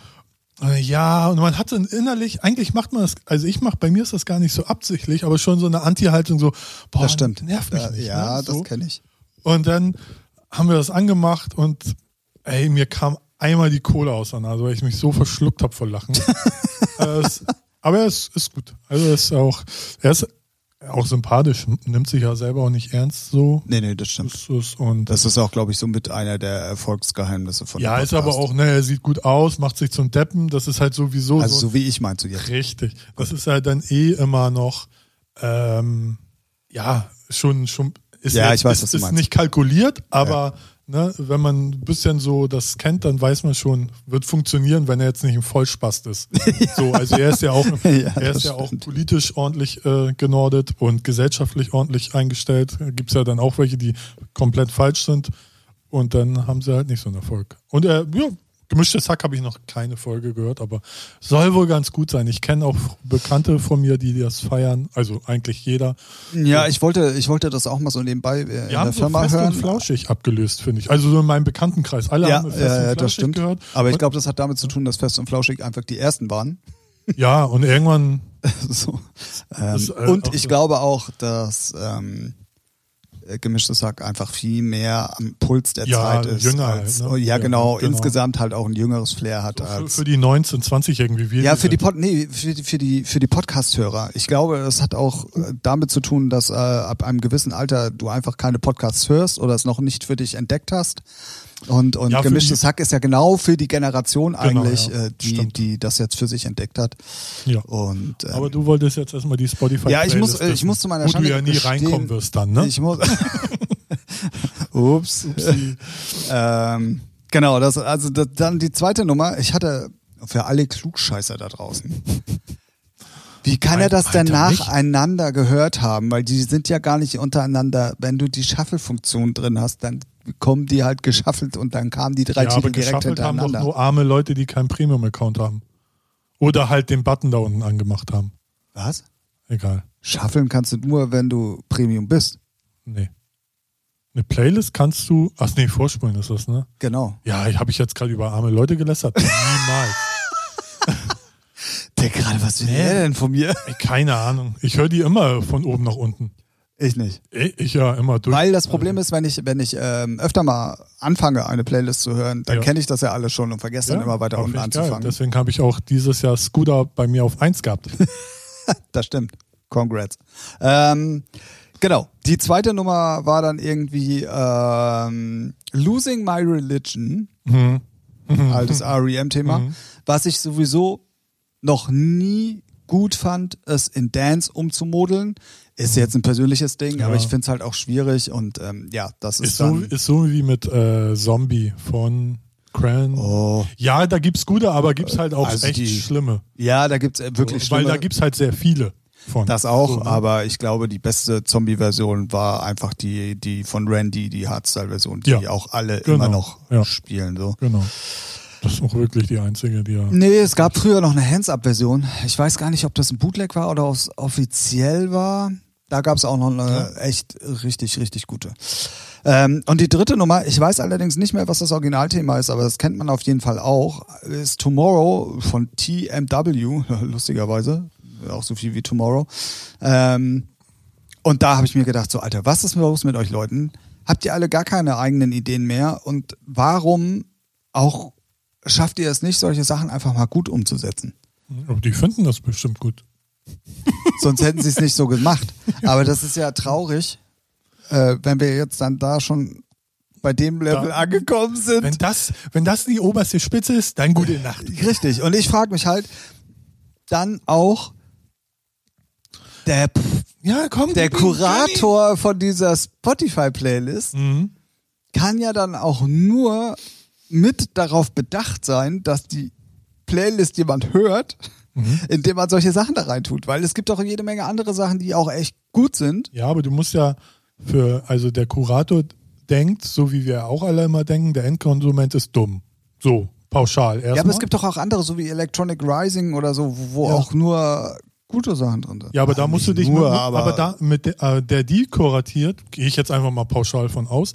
Speaker 2: äh, ja, und man hat dann innerlich, eigentlich macht man das, also ich mache, bei mir ist das gar nicht so absichtlich, aber schon so eine Anti-Haltung, so, boah,
Speaker 1: Das stimmt.
Speaker 2: nervt mich
Speaker 1: Ja,
Speaker 2: nicht.
Speaker 1: Ja,
Speaker 2: ne? so.
Speaker 1: das kenne ich.
Speaker 2: Und dann haben wir das angemacht und ey, mir kam einmal die Kohle aus der Nase, weil ich mich so verschluckt habe vor Lachen. Äh, es, aber es ist gut. Also es ist auch, er ist auch sympathisch, nimmt sich ja selber auch nicht ernst so.
Speaker 1: Nee, nee, das stimmt.
Speaker 2: Es ist- Und
Speaker 1: Das ist auch, glaube ich, so mit einer der Erfolgsgeheimnisse von
Speaker 2: ja,
Speaker 1: dem
Speaker 2: ist aber
Speaker 1: Podcast.
Speaker 2: auch, ne, er sieht gut aus, macht sich zum Deppen, das ist halt sowieso
Speaker 1: Also
Speaker 2: so
Speaker 1: so wie ich meinst du jetzt.
Speaker 2: Richtig. Das ist halt dann eh immer noch, ähm, ja, schon, schon, ist,
Speaker 1: Ja,
Speaker 2: jetzt-
Speaker 1: ich weiß,
Speaker 2: ist,
Speaker 1: was du
Speaker 2: ist
Speaker 1: meinst.
Speaker 2: nicht kalkuliert, aber ne, wenn man ein bisschen so das kennt, dann weiß man schon, wird funktionieren, wenn er jetzt nicht ein Vollspast ist. So, also er ist ja auch, er
Speaker 1: das
Speaker 2: ist ja auch
Speaker 1: stimmt.
Speaker 2: politisch ordentlich äh, genordet und gesellschaftlich ordentlich eingestellt. Gibt es ja dann auch welche, die komplett falsch sind. Und dann haben sie halt nicht so einen Erfolg. Und äh, ja, gemischtes Hack habe ich noch keine Folge gehört, aber soll wohl ganz gut sein. Ich kenne auch Bekannte von mir, die das feiern. Also eigentlich jeder.
Speaker 1: Ja, ich wollte, ich wollte das auch mal so nebenbei äh, in
Speaker 2: Die haben
Speaker 1: der
Speaker 2: so
Speaker 1: Firma
Speaker 2: fest
Speaker 1: hören.
Speaker 2: und flauschig abgelöst, finde ich. Also so in meinem Bekanntenkreis. Alle
Speaker 1: ja,
Speaker 2: haben fest
Speaker 1: ja,
Speaker 2: und
Speaker 1: ja,
Speaker 2: flauschig
Speaker 1: das stimmt.
Speaker 2: gehört.
Speaker 1: Aber ich
Speaker 2: Und-
Speaker 1: glaube, das hat damit zu tun, dass Fest und Flauschig einfach die ersten waren.
Speaker 2: Ja, und irgendwann
Speaker 1: so.
Speaker 2: ist,
Speaker 1: ähm,
Speaker 2: äh, auch
Speaker 1: und ich
Speaker 2: so.
Speaker 1: glaube auch, dass ähm, äh, gemischtes Hack einfach viel mehr am Puls der
Speaker 2: Ja,
Speaker 1: Zeit ist.
Speaker 2: jünger
Speaker 1: als,
Speaker 2: halt, ne?
Speaker 1: ja,
Speaker 2: Ja,
Speaker 1: genau,
Speaker 2: genau.
Speaker 1: Insgesamt halt auch ein jüngeres Flair hat
Speaker 2: für,
Speaker 1: als
Speaker 2: für die 19, 20 irgendwie wir.
Speaker 1: Ja, für die,
Speaker 2: sind.
Speaker 1: Pod nee, für, die- für die, für die Podcast-Hörer. Ich glaube, es hat auch äh, damit zu tun, dass äh, ab einem gewissen Alter du einfach keine Podcasts hörst oder es noch nicht für dich entdeckt hast. Und, und
Speaker 2: Ja, für
Speaker 1: gemischtes
Speaker 2: die-
Speaker 1: Hack ist ja genau für die Generation eigentlich,
Speaker 2: ja.
Speaker 1: äh, die,
Speaker 2: Stimmt.
Speaker 1: die das jetzt für sich entdeckt hat.
Speaker 2: ja.
Speaker 1: Und, ähm,
Speaker 2: Aber du wolltest jetzt erstmal die Spotify
Speaker 1: Ja, ich muss-
Speaker 2: Playlist
Speaker 1: äh, ich
Speaker 2: wissen,
Speaker 1: muss zu meiner
Speaker 2: Wo
Speaker 1: Schande
Speaker 2: du ja nie
Speaker 1: gestehen,
Speaker 2: reinkommen wirst dann, ne?
Speaker 1: ich muss. Ups. ähm, genau, das, also das, dann die zweite Nummer. Ich hatte für alle Klugscheißer da draußen. Wie kann er
Speaker 2: Meint-
Speaker 1: das denn
Speaker 2: meint er nicht?
Speaker 1: nacheinander gehört haben? Weil die sind ja gar nicht untereinander. Wenn du die Shuffle-Funktion drin hast, dann kommen die halt geschaffelt und dann kamen die drei
Speaker 2: ja, aber
Speaker 1: Titel direkt
Speaker 2: geschaffelt haben doch
Speaker 1: hintereinander.
Speaker 2: nur arme Leute, die keinen Premium-Account haben. Oder halt den Button da unten angemacht haben.
Speaker 1: Was?
Speaker 2: Egal.
Speaker 1: Shuffeln kannst du nur, wenn du Premium bist.
Speaker 2: Nee. Eine Playlist kannst du. Ach nee, vorspulen ist das, ne?
Speaker 1: Genau.
Speaker 2: Ja, habe ich jetzt gerade über arme Leute gelästert. Niemals.
Speaker 1: Der gerade, was will der denn von mir?
Speaker 2: Ey, keine Ahnung. Ich höre die immer von oben nach unten.
Speaker 1: Ich nicht.
Speaker 2: Ey, Ich ja immer durch.
Speaker 1: Weil das
Speaker 2: Mhm.
Speaker 1: Problem ist, wenn ich, wenn ich ähm, öfter mal anfange, eine Playlist zu hören, dann
Speaker 2: Ja.
Speaker 1: kenne ich das ja alles schon und vergesse dann immer weiter
Speaker 2: aber
Speaker 1: unten
Speaker 2: finde ich geil.
Speaker 1: anzufangen. Das,
Speaker 2: Deswegen habe ich auch dieses Jahr Scooter bei mir auf 1 gehabt.
Speaker 1: stimmt. Congrats. Ähm, genau. Die zweite Nummer war dann irgendwie ähm, Losing My Religion,
Speaker 2: Mhm.
Speaker 1: altes REM-Thema, was ich sowieso noch nie gut fand, es in Dance umzumodeln. Ist jetzt ein persönliches Ding, aber
Speaker 2: Mhm. Ja.
Speaker 1: ich finde es halt auch schwierig und ähm, ja, das ist,
Speaker 2: Ist so,
Speaker 1: dann...
Speaker 2: ist so wie mit äh, Zombie von Cran.
Speaker 1: Oh.
Speaker 2: Ja, da gibt's gute, aber gibt's halt auch
Speaker 1: Also
Speaker 2: echt
Speaker 1: die-
Speaker 2: schlimme.
Speaker 1: Ja, da gibt es wirklich
Speaker 2: Weil
Speaker 1: schlimme-
Speaker 2: da gibt's halt sehr viele von.
Speaker 1: Das auch,
Speaker 2: So, ne?
Speaker 1: aber ich glaube, die beste Zombie-Version war einfach die, die von Randy, die Hardstyle-Version, die
Speaker 2: Ja.
Speaker 1: auch alle
Speaker 2: Genau.
Speaker 1: immer noch
Speaker 2: Ja.
Speaker 1: spielen. So.
Speaker 2: Genau. Das ist auch wirklich die einzige, die ja.
Speaker 1: Nee, es gab früher noch eine Hands-Up-Version. Ich weiß gar nicht, ob das ein Bootleg war oder ob es offiziell war. Da gab es auch noch eine echt richtig, richtig gute. Ähm, und die dritte Nummer, ich weiß allerdings nicht mehr, was das Originalthema ist, aber das kennt man auf jeden Fall auch, ist Tomorrow von TMW, lustigerweise, auch so viel wie Tomorrow. Ähm, und da habe ich mir gedacht, so Alter, was ist los mit euch Leuten? Habt ihr alle gar keine eigenen Ideen mehr? Und warum auch schafft ihr es nicht, solche Sachen einfach mal gut umzusetzen.
Speaker 2: Aber die finden das bestimmt gut.
Speaker 1: Sonst hätten sie es nicht so gemacht. Aber das ist ja traurig, äh, wenn wir jetzt dann da schon bei dem Level
Speaker 2: Da-
Speaker 1: angekommen sind.
Speaker 2: Wenn das, wenn das die oberste Spitze ist, dann gute Nacht.
Speaker 1: Richtig. Und ich frage mich halt dann auch der,
Speaker 2: Ja, komm.
Speaker 1: der
Speaker 2: gib ihm
Speaker 1: Kurator von dieser Spotify-Playlist
Speaker 2: Mhm.
Speaker 1: kann ja dann auch nur mit darauf bedacht sein, dass die Playlist jemand hört,
Speaker 2: Mhm.
Speaker 1: indem man solche Sachen da reintut. Weil es gibt auch jede Menge andere Sachen, die auch echt gut sind.
Speaker 2: Ja, aber du musst ja für, also der Kurator denkt, so wie wir auch alle immer denken, der Endkonsument ist dumm. So, pauschal. Erstmal.
Speaker 1: Ja, aber es gibt doch auch andere, so wie Electronic Rising oder so, wo wo
Speaker 2: Ja.
Speaker 1: auch nur gute Sachen drin sind.
Speaker 2: Ja, aber da
Speaker 1: Nein,
Speaker 2: musst du
Speaker 1: nicht
Speaker 2: dich
Speaker 1: nur,
Speaker 2: mit, aber da mit de- äh, der Deal kuratiert, gehe ich jetzt einfach mal pauschal von aus,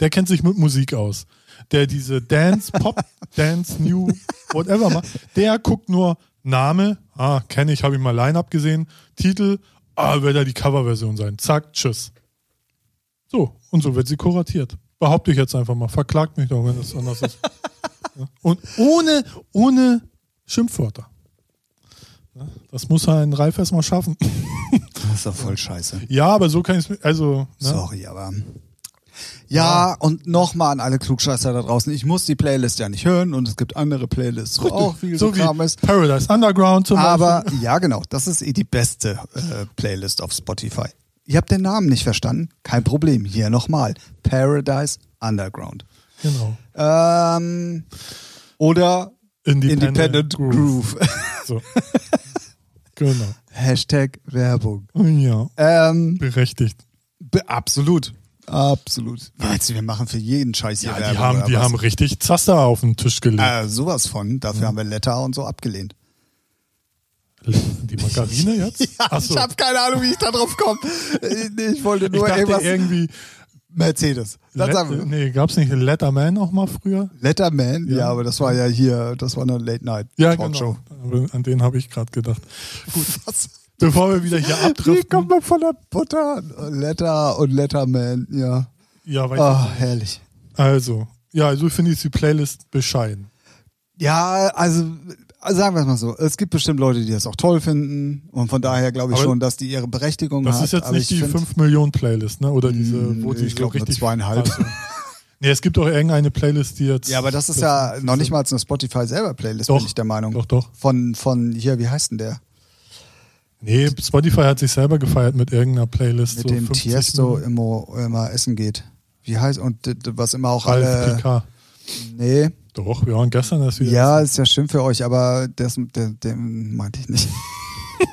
Speaker 2: der kennt sich mit Musik aus. Der diese Dance, Pop, Dance, New, whatever macht, der guckt nur Name, ah, kenne ich, habe ich mal Line-Up gesehen, Titel, ah, wird da die Coverversion sein. Zack, tschüss. So, und so wird sie kuratiert. Behaupte ich jetzt einfach mal. Verklagt mich doch, wenn das anders ist. Ja. Und ohne, ohne Schimpfwörter. Ja, Das muss ein Ralf erstmal schaffen.
Speaker 1: Das ist doch voll scheiße.
Speaker 2: Ja, aber so kann ich es mir. Also, ne?
Speaker 1: Sorry, aber. Ja, und nochmal an alle Klugscheißer da draußen. Ich muss die Playlist ja nicht hören und es gibt andere Playlists, wo auch viel so,
Speaker 2: so wie ne?
Speaker 1: Kram ist.
Speaker 2: Paradise Underground zum
Speaker 1: Aber ja, genau, das ist eh die beste äh, Playlist auf Spotify. Ihr habt den Namen nicht verstanden? Kein Problem. Hier nochmal. Paradise Underground.
Speaker 2: Beispiel. Genau.
Speaker 1: Ähm, oder
Speaker 2: Independent,
Speaker 1: Independent, Groove.
Speaker 2: So. genau.
Speaker 1: Hashtag Werbung.
Speaker 2: Ja,
Speaker 1: Ähm,
Speaker 2: berechtigt.
Speaker 1: be- absolut. Absolut. Weißt du, wir machen für jeden Scheiß hier
Speaker 2: Ja,
Speaker 1: Werbung.
Speaker 2: die haben,
Speaker 1: oder
Speaker 2: die
Speaker 1: was?
Speaker 2: haben richtig Zaster auf den Tisch gelegt.
Speaker 1: Äh, sowas von.
Speaker 2: Mhm.
Speaker 1: Dafür haben wir Letter und so abgelehnt.
Speaker 2: Die Margarine jetzt? Achso,
Speaker 1: Ich habe keine Ahnung, wie ich da drauf komme. Ich, ich wollte
Speaker 2: ich
Speaker 1: nur
Speaker 2: dachte
Speaker 1: irgendwas.
Speaker 2: irgendwie.
Speaker 1: Mercedes. Dann sagen
Speaker 2: Let,
Speaker 1: wir.
Speaker 2: nee, gab's nicht Letterman auch mal früher?
Speaker 1: Letterman, ja. aber das war ja hier, das war eine Late Night
Speaker 2: Ja,
Speaker 1: Talkshow.
Speaker 2: genau. Aber an den habe ich gerade gedacht.
Speaker 1: Gut. Was?
Speaker 2: Bevor wir wieder hier
Speaker 1: Wie
Speaker 2: abdriften.
Speaker 1: kommt man von der Butter? an? Letter und Letterman, ja.
Speaker 2: Ja, weiß
Speaker 1: Oh, herrlich.
Speaker 2: Also, ja, so finde ich die Playlist bescheiden.
Speaker 1: Ja, also also sagen wir es mal so. Es gibt bestimmt Leute, die das auch toll finden. Und von daher glaube ich
Speaker 2: Aber
Speaker 1: schon, dass die ihre Berechtigung
Speaker 2: Das
Speaker 1: hat.
Speaker 2: ist jetzt
Speaker 1: aber
Speaker 2: nicht
Speaker 1: ich
Speaker 2: die
Speaker 1: find-
Speaker 2: 5 Millionen Playlist, ne? Oder diese, wo
Speaker 1: nee,
Speaker 2: die
Speaker 1: ich
Speaker 2: so
Speaker 1: glaub, nur
Speaker 2: richtig.
Speaker 1: zweieinhalb.
Speaker 2: Also, nee, es gibt auch irgendeine Playlist, die jetzt.
Speaker 1: Ja, aber das ist ja noch nicht mal eine Spotify selber Playlist,
Speaker 2: Doch,
Speaker 1: bin ich der Meinung.
Speaker 2: Doch, doch.
Speaker 1: Von, von hier, wie heißt denn der?
Speaker 2: Nee, Spotify hat sich selber gefeiert mit irgendeiner Playlist.
Speaker 1: Mit
Speaker 2: so
Speaker 1: dem
Speaker 2: 50
Speaker 1: Tiesto
Speaker 2: Minuten.
Speaker 1: immer, immer essen geht. Wie heißt und d- d- was immer auch
Speaker 2: Ralf
Speaker 1: alle.
Speaker 2: PK.
Speaker 1: Nee.
Speaker 2: Doch, wir waren gestern erst wieder.
Speaker 1: Ja, ist ja schlimm für euch, aber das, den, den meinte ich nicht.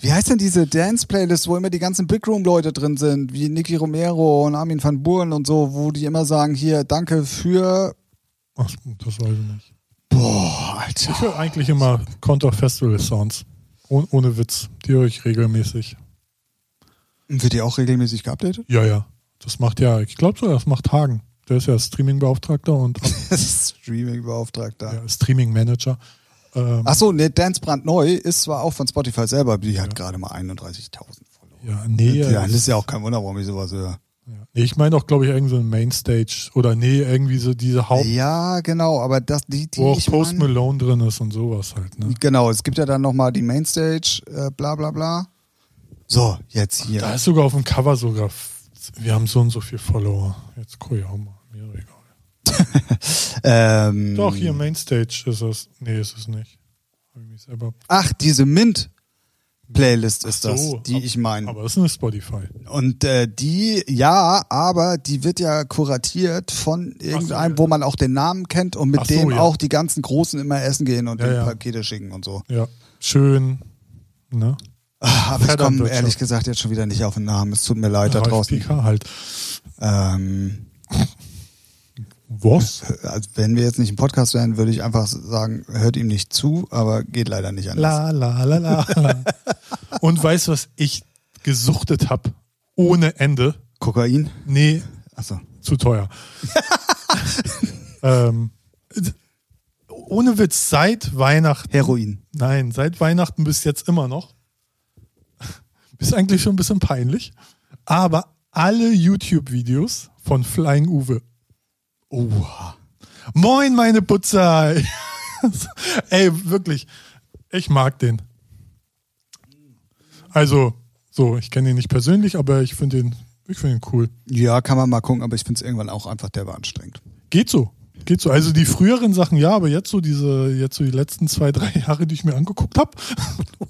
Speaker 1: Wie heißt denn diese Dance-Playlist, wo immer die ganzen Big Room-Leute drin sind, wie Nicky Romero und Armin van Buuren und so, wo die immer sagen, hier, danke für...
Speaker 2: Ach, das weiß ich nicht.
Speaker 1: Boah, Alter.
Speaker 2: Ich höre eigentlich immer Contour Festival Sounds. Oh, ohne Witz. Die höre ich regelmäßig.
Speaker 1: Wird die auch regelmäßig geupdatet?
Speaker 2: Ja, ja. Das macht ja, ich glaube sogar, das macht Hagen. Der ist ja Streaming-Beauftragter und
Speaker 1: Das ist Streaming-Beauftragter.
Speaker 2: ja, Streaming-Manager. Ähm,
Speaker 1: Achso, ne, Dance brandneu ist zwar auch von Spotify selber, die hat gerade mal 31.000 Follower.
Speaker 2: ja, nee.
Speaker 1: Ja, das
Speaker 2: das-
Speaker 1: ist ja auch kein Wunder, warum ich sowas höre.
Speaker 2: Ja. Nee, ich meine auch, glaube ich, irgendwie so ein Mainstage oder nee, irgendwie so diese Haupt,
Speaker 1: Ja, genau, aber das, die, die
Speaker 2: wo auch
Speaker 1: ich
Speaker 2: Oh, Post
Speaker 1: mein-
Speaker 2: Malone drin ist und sowas halt. Ne?
Speaker 1: Genau, es gibt ja dann nochmal die Mainstage, äh, bla bla bla. So, jetzt hier.
Speaker 2: Da ist sogar auf dem Cover sogar, f- wir haben so und so viel Follower. Jetzt guck ich auch mal. Mir doch egal.
Speaker 1: ähm,
Speaker 2: Doch, hier Mainstage ist es. Nee, ist es nicht. Hab ich mich selber-
Speaker 1: Ach, diese Mint-Playlist ist
Speaker 2: Ach
Speaker 1: das,
Speaker 2: so,
Speaker 1: die
Speaker 2: ab-
Speaker 1: ich meine.
Speaker 2: Aber das ist eine Spotify.
Speaker 1: Und äh, die, ja, aber die wird ja kuratiert von irgendeinem, wo man auch den Namen kennt und mit
Speaker 2: Ach so,
Speaker 1: dem
Speaker 2: ja.
Speaker 1: auch die ganzen Großen immer essen gehen und
Speaker 2: Ja,
Speaker 1: die
Speaker 2: ja.
Speaker 1: Pakete schicken und so.
Speaker 2: Ja, schön. Ne?
Speaker 1: Ah, Aber ich
Speaker 2: Verdammt,
Speaker 1: komme
Speaker 2: Wirtschaft.
Speaker 1: ehrlich gesagt jetzt schon wieder nicht auf den Namen. Es tut mir leid da
Speaker 2: Ralf
Speaker 1: draußen.
Speaker 2: PK halt.
Speaker 1: Ähm,
Speaker 2: Was?
Speaker 1: also wenn wir jetzt nicht im Podcast wären, würde ich einfach sagen, hört ihm nicht zu, aber geht leider nicht anders.
Speaker 2: La, la, la, la, la. Und weißt du, was ich gesuchtet habe? Ohne Ende.
Speaker 1: Kokain?
Speaker 2: Nee,
Speaker 1: Achso.
Speaker 2: zu teuer. ähm, d- ohne Witz, seit Weihnachten,
Speaker 1: Heroin.
Speaker 2: nein, seit Weihnachten bis jetzt immer noch, ist eigentlich schon ein bisschen peinlich, aber alle YouTube-Videos von Flying Uwe.
Speaker 1: Oha.
Speaker 2: Moin, meine Putzer. Ey, wirklich. Ich mag den. Also, so, ich kenne ihn nicht persönlich, aber ich finde ihn, ich finde ihn cool.
Speaker 1: Ja, kann man mal gucken, aber ich finde es irgendwann auch einfach der war anstrengend.
Speaker 2: Geht so. Geht so. Also die früheren Sachen ja, aber jetzt so diese, jetzt so die letzten zwei, drei Jahre, die ich mir angeguckt habe.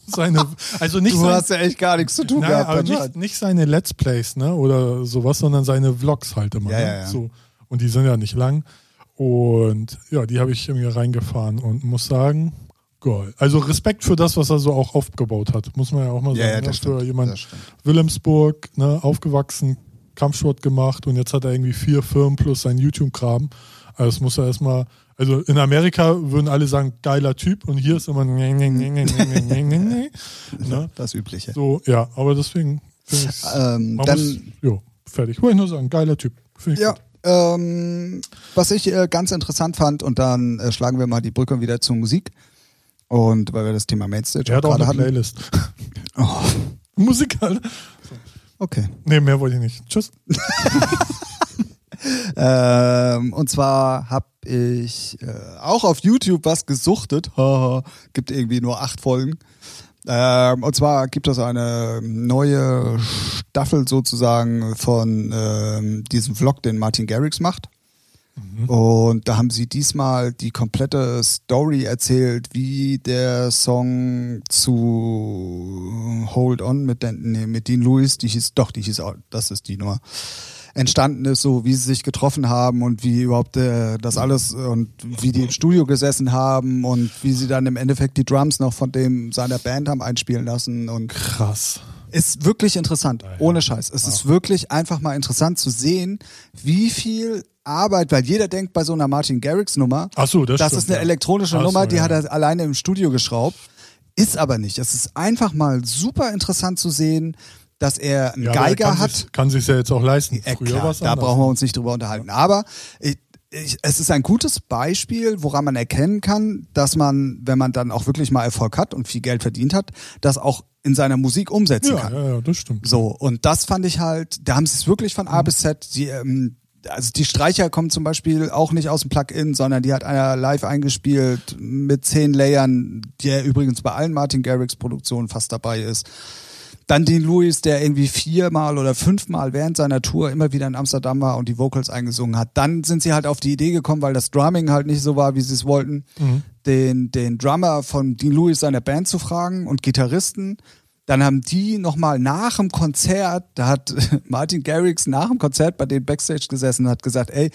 Speaker 2: seine, also nicht
Speaker 1: Du
Speaker 2: sein,
Speaker 1: hast ja echt gar nichts zu tun
Speaker 2: nein,
Speaker 1: gehabt.
Speaker 2: aber
Speaker 1: dann
Speaker 2: nicht,
Speaker 1: halt.
Speaker 2: nicht seine Let's Plays, ne? Oder sowas, sondern seine Vlogs halt immer.
Speaker 1: Ja,
Speaker 2: ne?
Speaker 1: ja, ja.
Speaker 2: So. Und die sind ja nicht lang. Und ja, die habe ich irgendwie reingefahren und muss sagen, geil. Also Respekt für das, was er so auch aufgebaut hat, muss man ja auch mal
Speaker 1: Ja,
Speaker 2: sagen.
Speaker 1: ja,
Speaker 2: ne?
Speaker 1: das
Speaker 2: für
Speaker 1: stimmt.
Speaker 2: jemanden,
Speaker 1: das stimmt.
Speaker 2: Wilhelmsburg, ne, aufgewachsen, Kampfsport gemacht und jetzt hat er irgendwie vier Firmen plus sein YouTube-Kram. Also das muss er erstmal, also in Amerika würden alle sagen, geiler Typ und hier ist immer ne? nee, nee, nee, nee, nee, nee, nee, nee. ne?
Speaker 1: Das Übliche.
Speaker 2: So, ja, aber deswegen finde ich
Speaker 1: Ähm,
Speaker 2: man
Speaker 1: dann-
Speaker 2: muss, jo, fertig. Wollte ich nur sagen, geiler Typ. Finde ich
Speaker 1: Ja,
Speaker 2: gut.
Speaker 1: ähm, was ich äh, ganz interessant fand, und dann äh, schlagen wir mal die Brücke wieder zur Musik. Und weil wir das Thema Mainstage
Speaker 2: Er hat auch eine
Speaker 1: hatten.
Speaker 2: Playlist.
Speaker 1: Oh,
Speaker 2: Musikal.
Speaker 1: okay.
Speaker 2: Nee, mehr wollte ich nicht. Tschüss.
Speaker 1: Ähm, und zwar habe ich äh, auch auf YouTube was gesuchtet. Haha. gibt irgendwie nur acht Folgen. Ähm, und zwar gibt es eine neue Staffel sozusagen von ähm, diesem Vlog, den Martin Garrix macht. Und da haben sie diesmal die komplette Story erzählt, wie der Song zu Hold On mit, Dan, nee, mit Dean Lewis, die hieß, doch, die hieß auch, das ist die Nummer, entstanden ist, so wie sie sich getroffen haben und wie überhaupt äh, das alles und wie die im Studio gesessen haben und wie sie dann im Endeffekt die Drums noch von dem seiner Band haben einspielen lassen und
Speaker 2: Krass.
Speaker 1: ist wirklich interessant, ohne Scheiß. Es ist wirklich einfach mal interessant zu sehen, wie viel Arbeit, weil jeder denkt bei so einer Martin Garrix Nummer,
Speaker 2: Ach so, das
Speaker 1: das
Speaker 2: stimmt,
Speaker 1: ist eine
Speaker 2: ja.
Speaker 1: elektronische
Speaker 2: Ach so,
Speaker 1: Nummer, die
Speaker 2: ja,
Speaker 1: hat
Speaker 2: ja.
Speaker 1: er alleine im Studio geschraubt. Ist aber nicht. Es ist einfach mal super interessant zu sehen, dass er einen
Speaker 2: Ja, aber er
Speaker 1: Geiger
Speaker 2: kann
Speaker 1: hat.
Speaker 2: Sich, kann sich ja jetzt auch leisten.
Speaker 1: Äh,
Speaker 2: Früher
Speaker 1: klar,
Speaker 2: war es
Speaker 1: da
Speaker 2: anders.
Speaker 1: brauchen wir uns nicht drüber unterhalten. Aber ich, ich, es ist ein gutes Beispiel, woran man erkennen kann, dass man, wenn man dann auch wirklich mal Erfolg hat und viel Geld verdient hat, das auch in seiner Musik umsetzen
Speaker 2: ja,
Speaker 1: kann.
Speaker 2: ja, ja, das stimmt.
Speaker 1: So, und das fand ich halt, da haben sie es wirklich von A bis Z. Die, ähm, also die Streicher kommen zum Beispiel auch nicht aus dem Plugin, sondern die hat einer live eingespielt mit zehn Layern, der übrigens bei allen Martin Garrix Produktionen fast dabei ist. Dann den Louis, der irgendwie viermal oder fünfmal während seiner Tour immer wieder in Amsterdam war und die Vocals eingesungen hat. Dann sind sie halt auf die Idee gekommen, weil das Drumming halt nicht so war, wie sie es wollten, den, den Drummer von Dean Louis seiner Band zu fragen und Gitarristen. Dann haben die nochmal nach dem Konzert, da hat Martin Garrix nach dem Konzert bei den Backstage gesessen und hat gesagt, ey,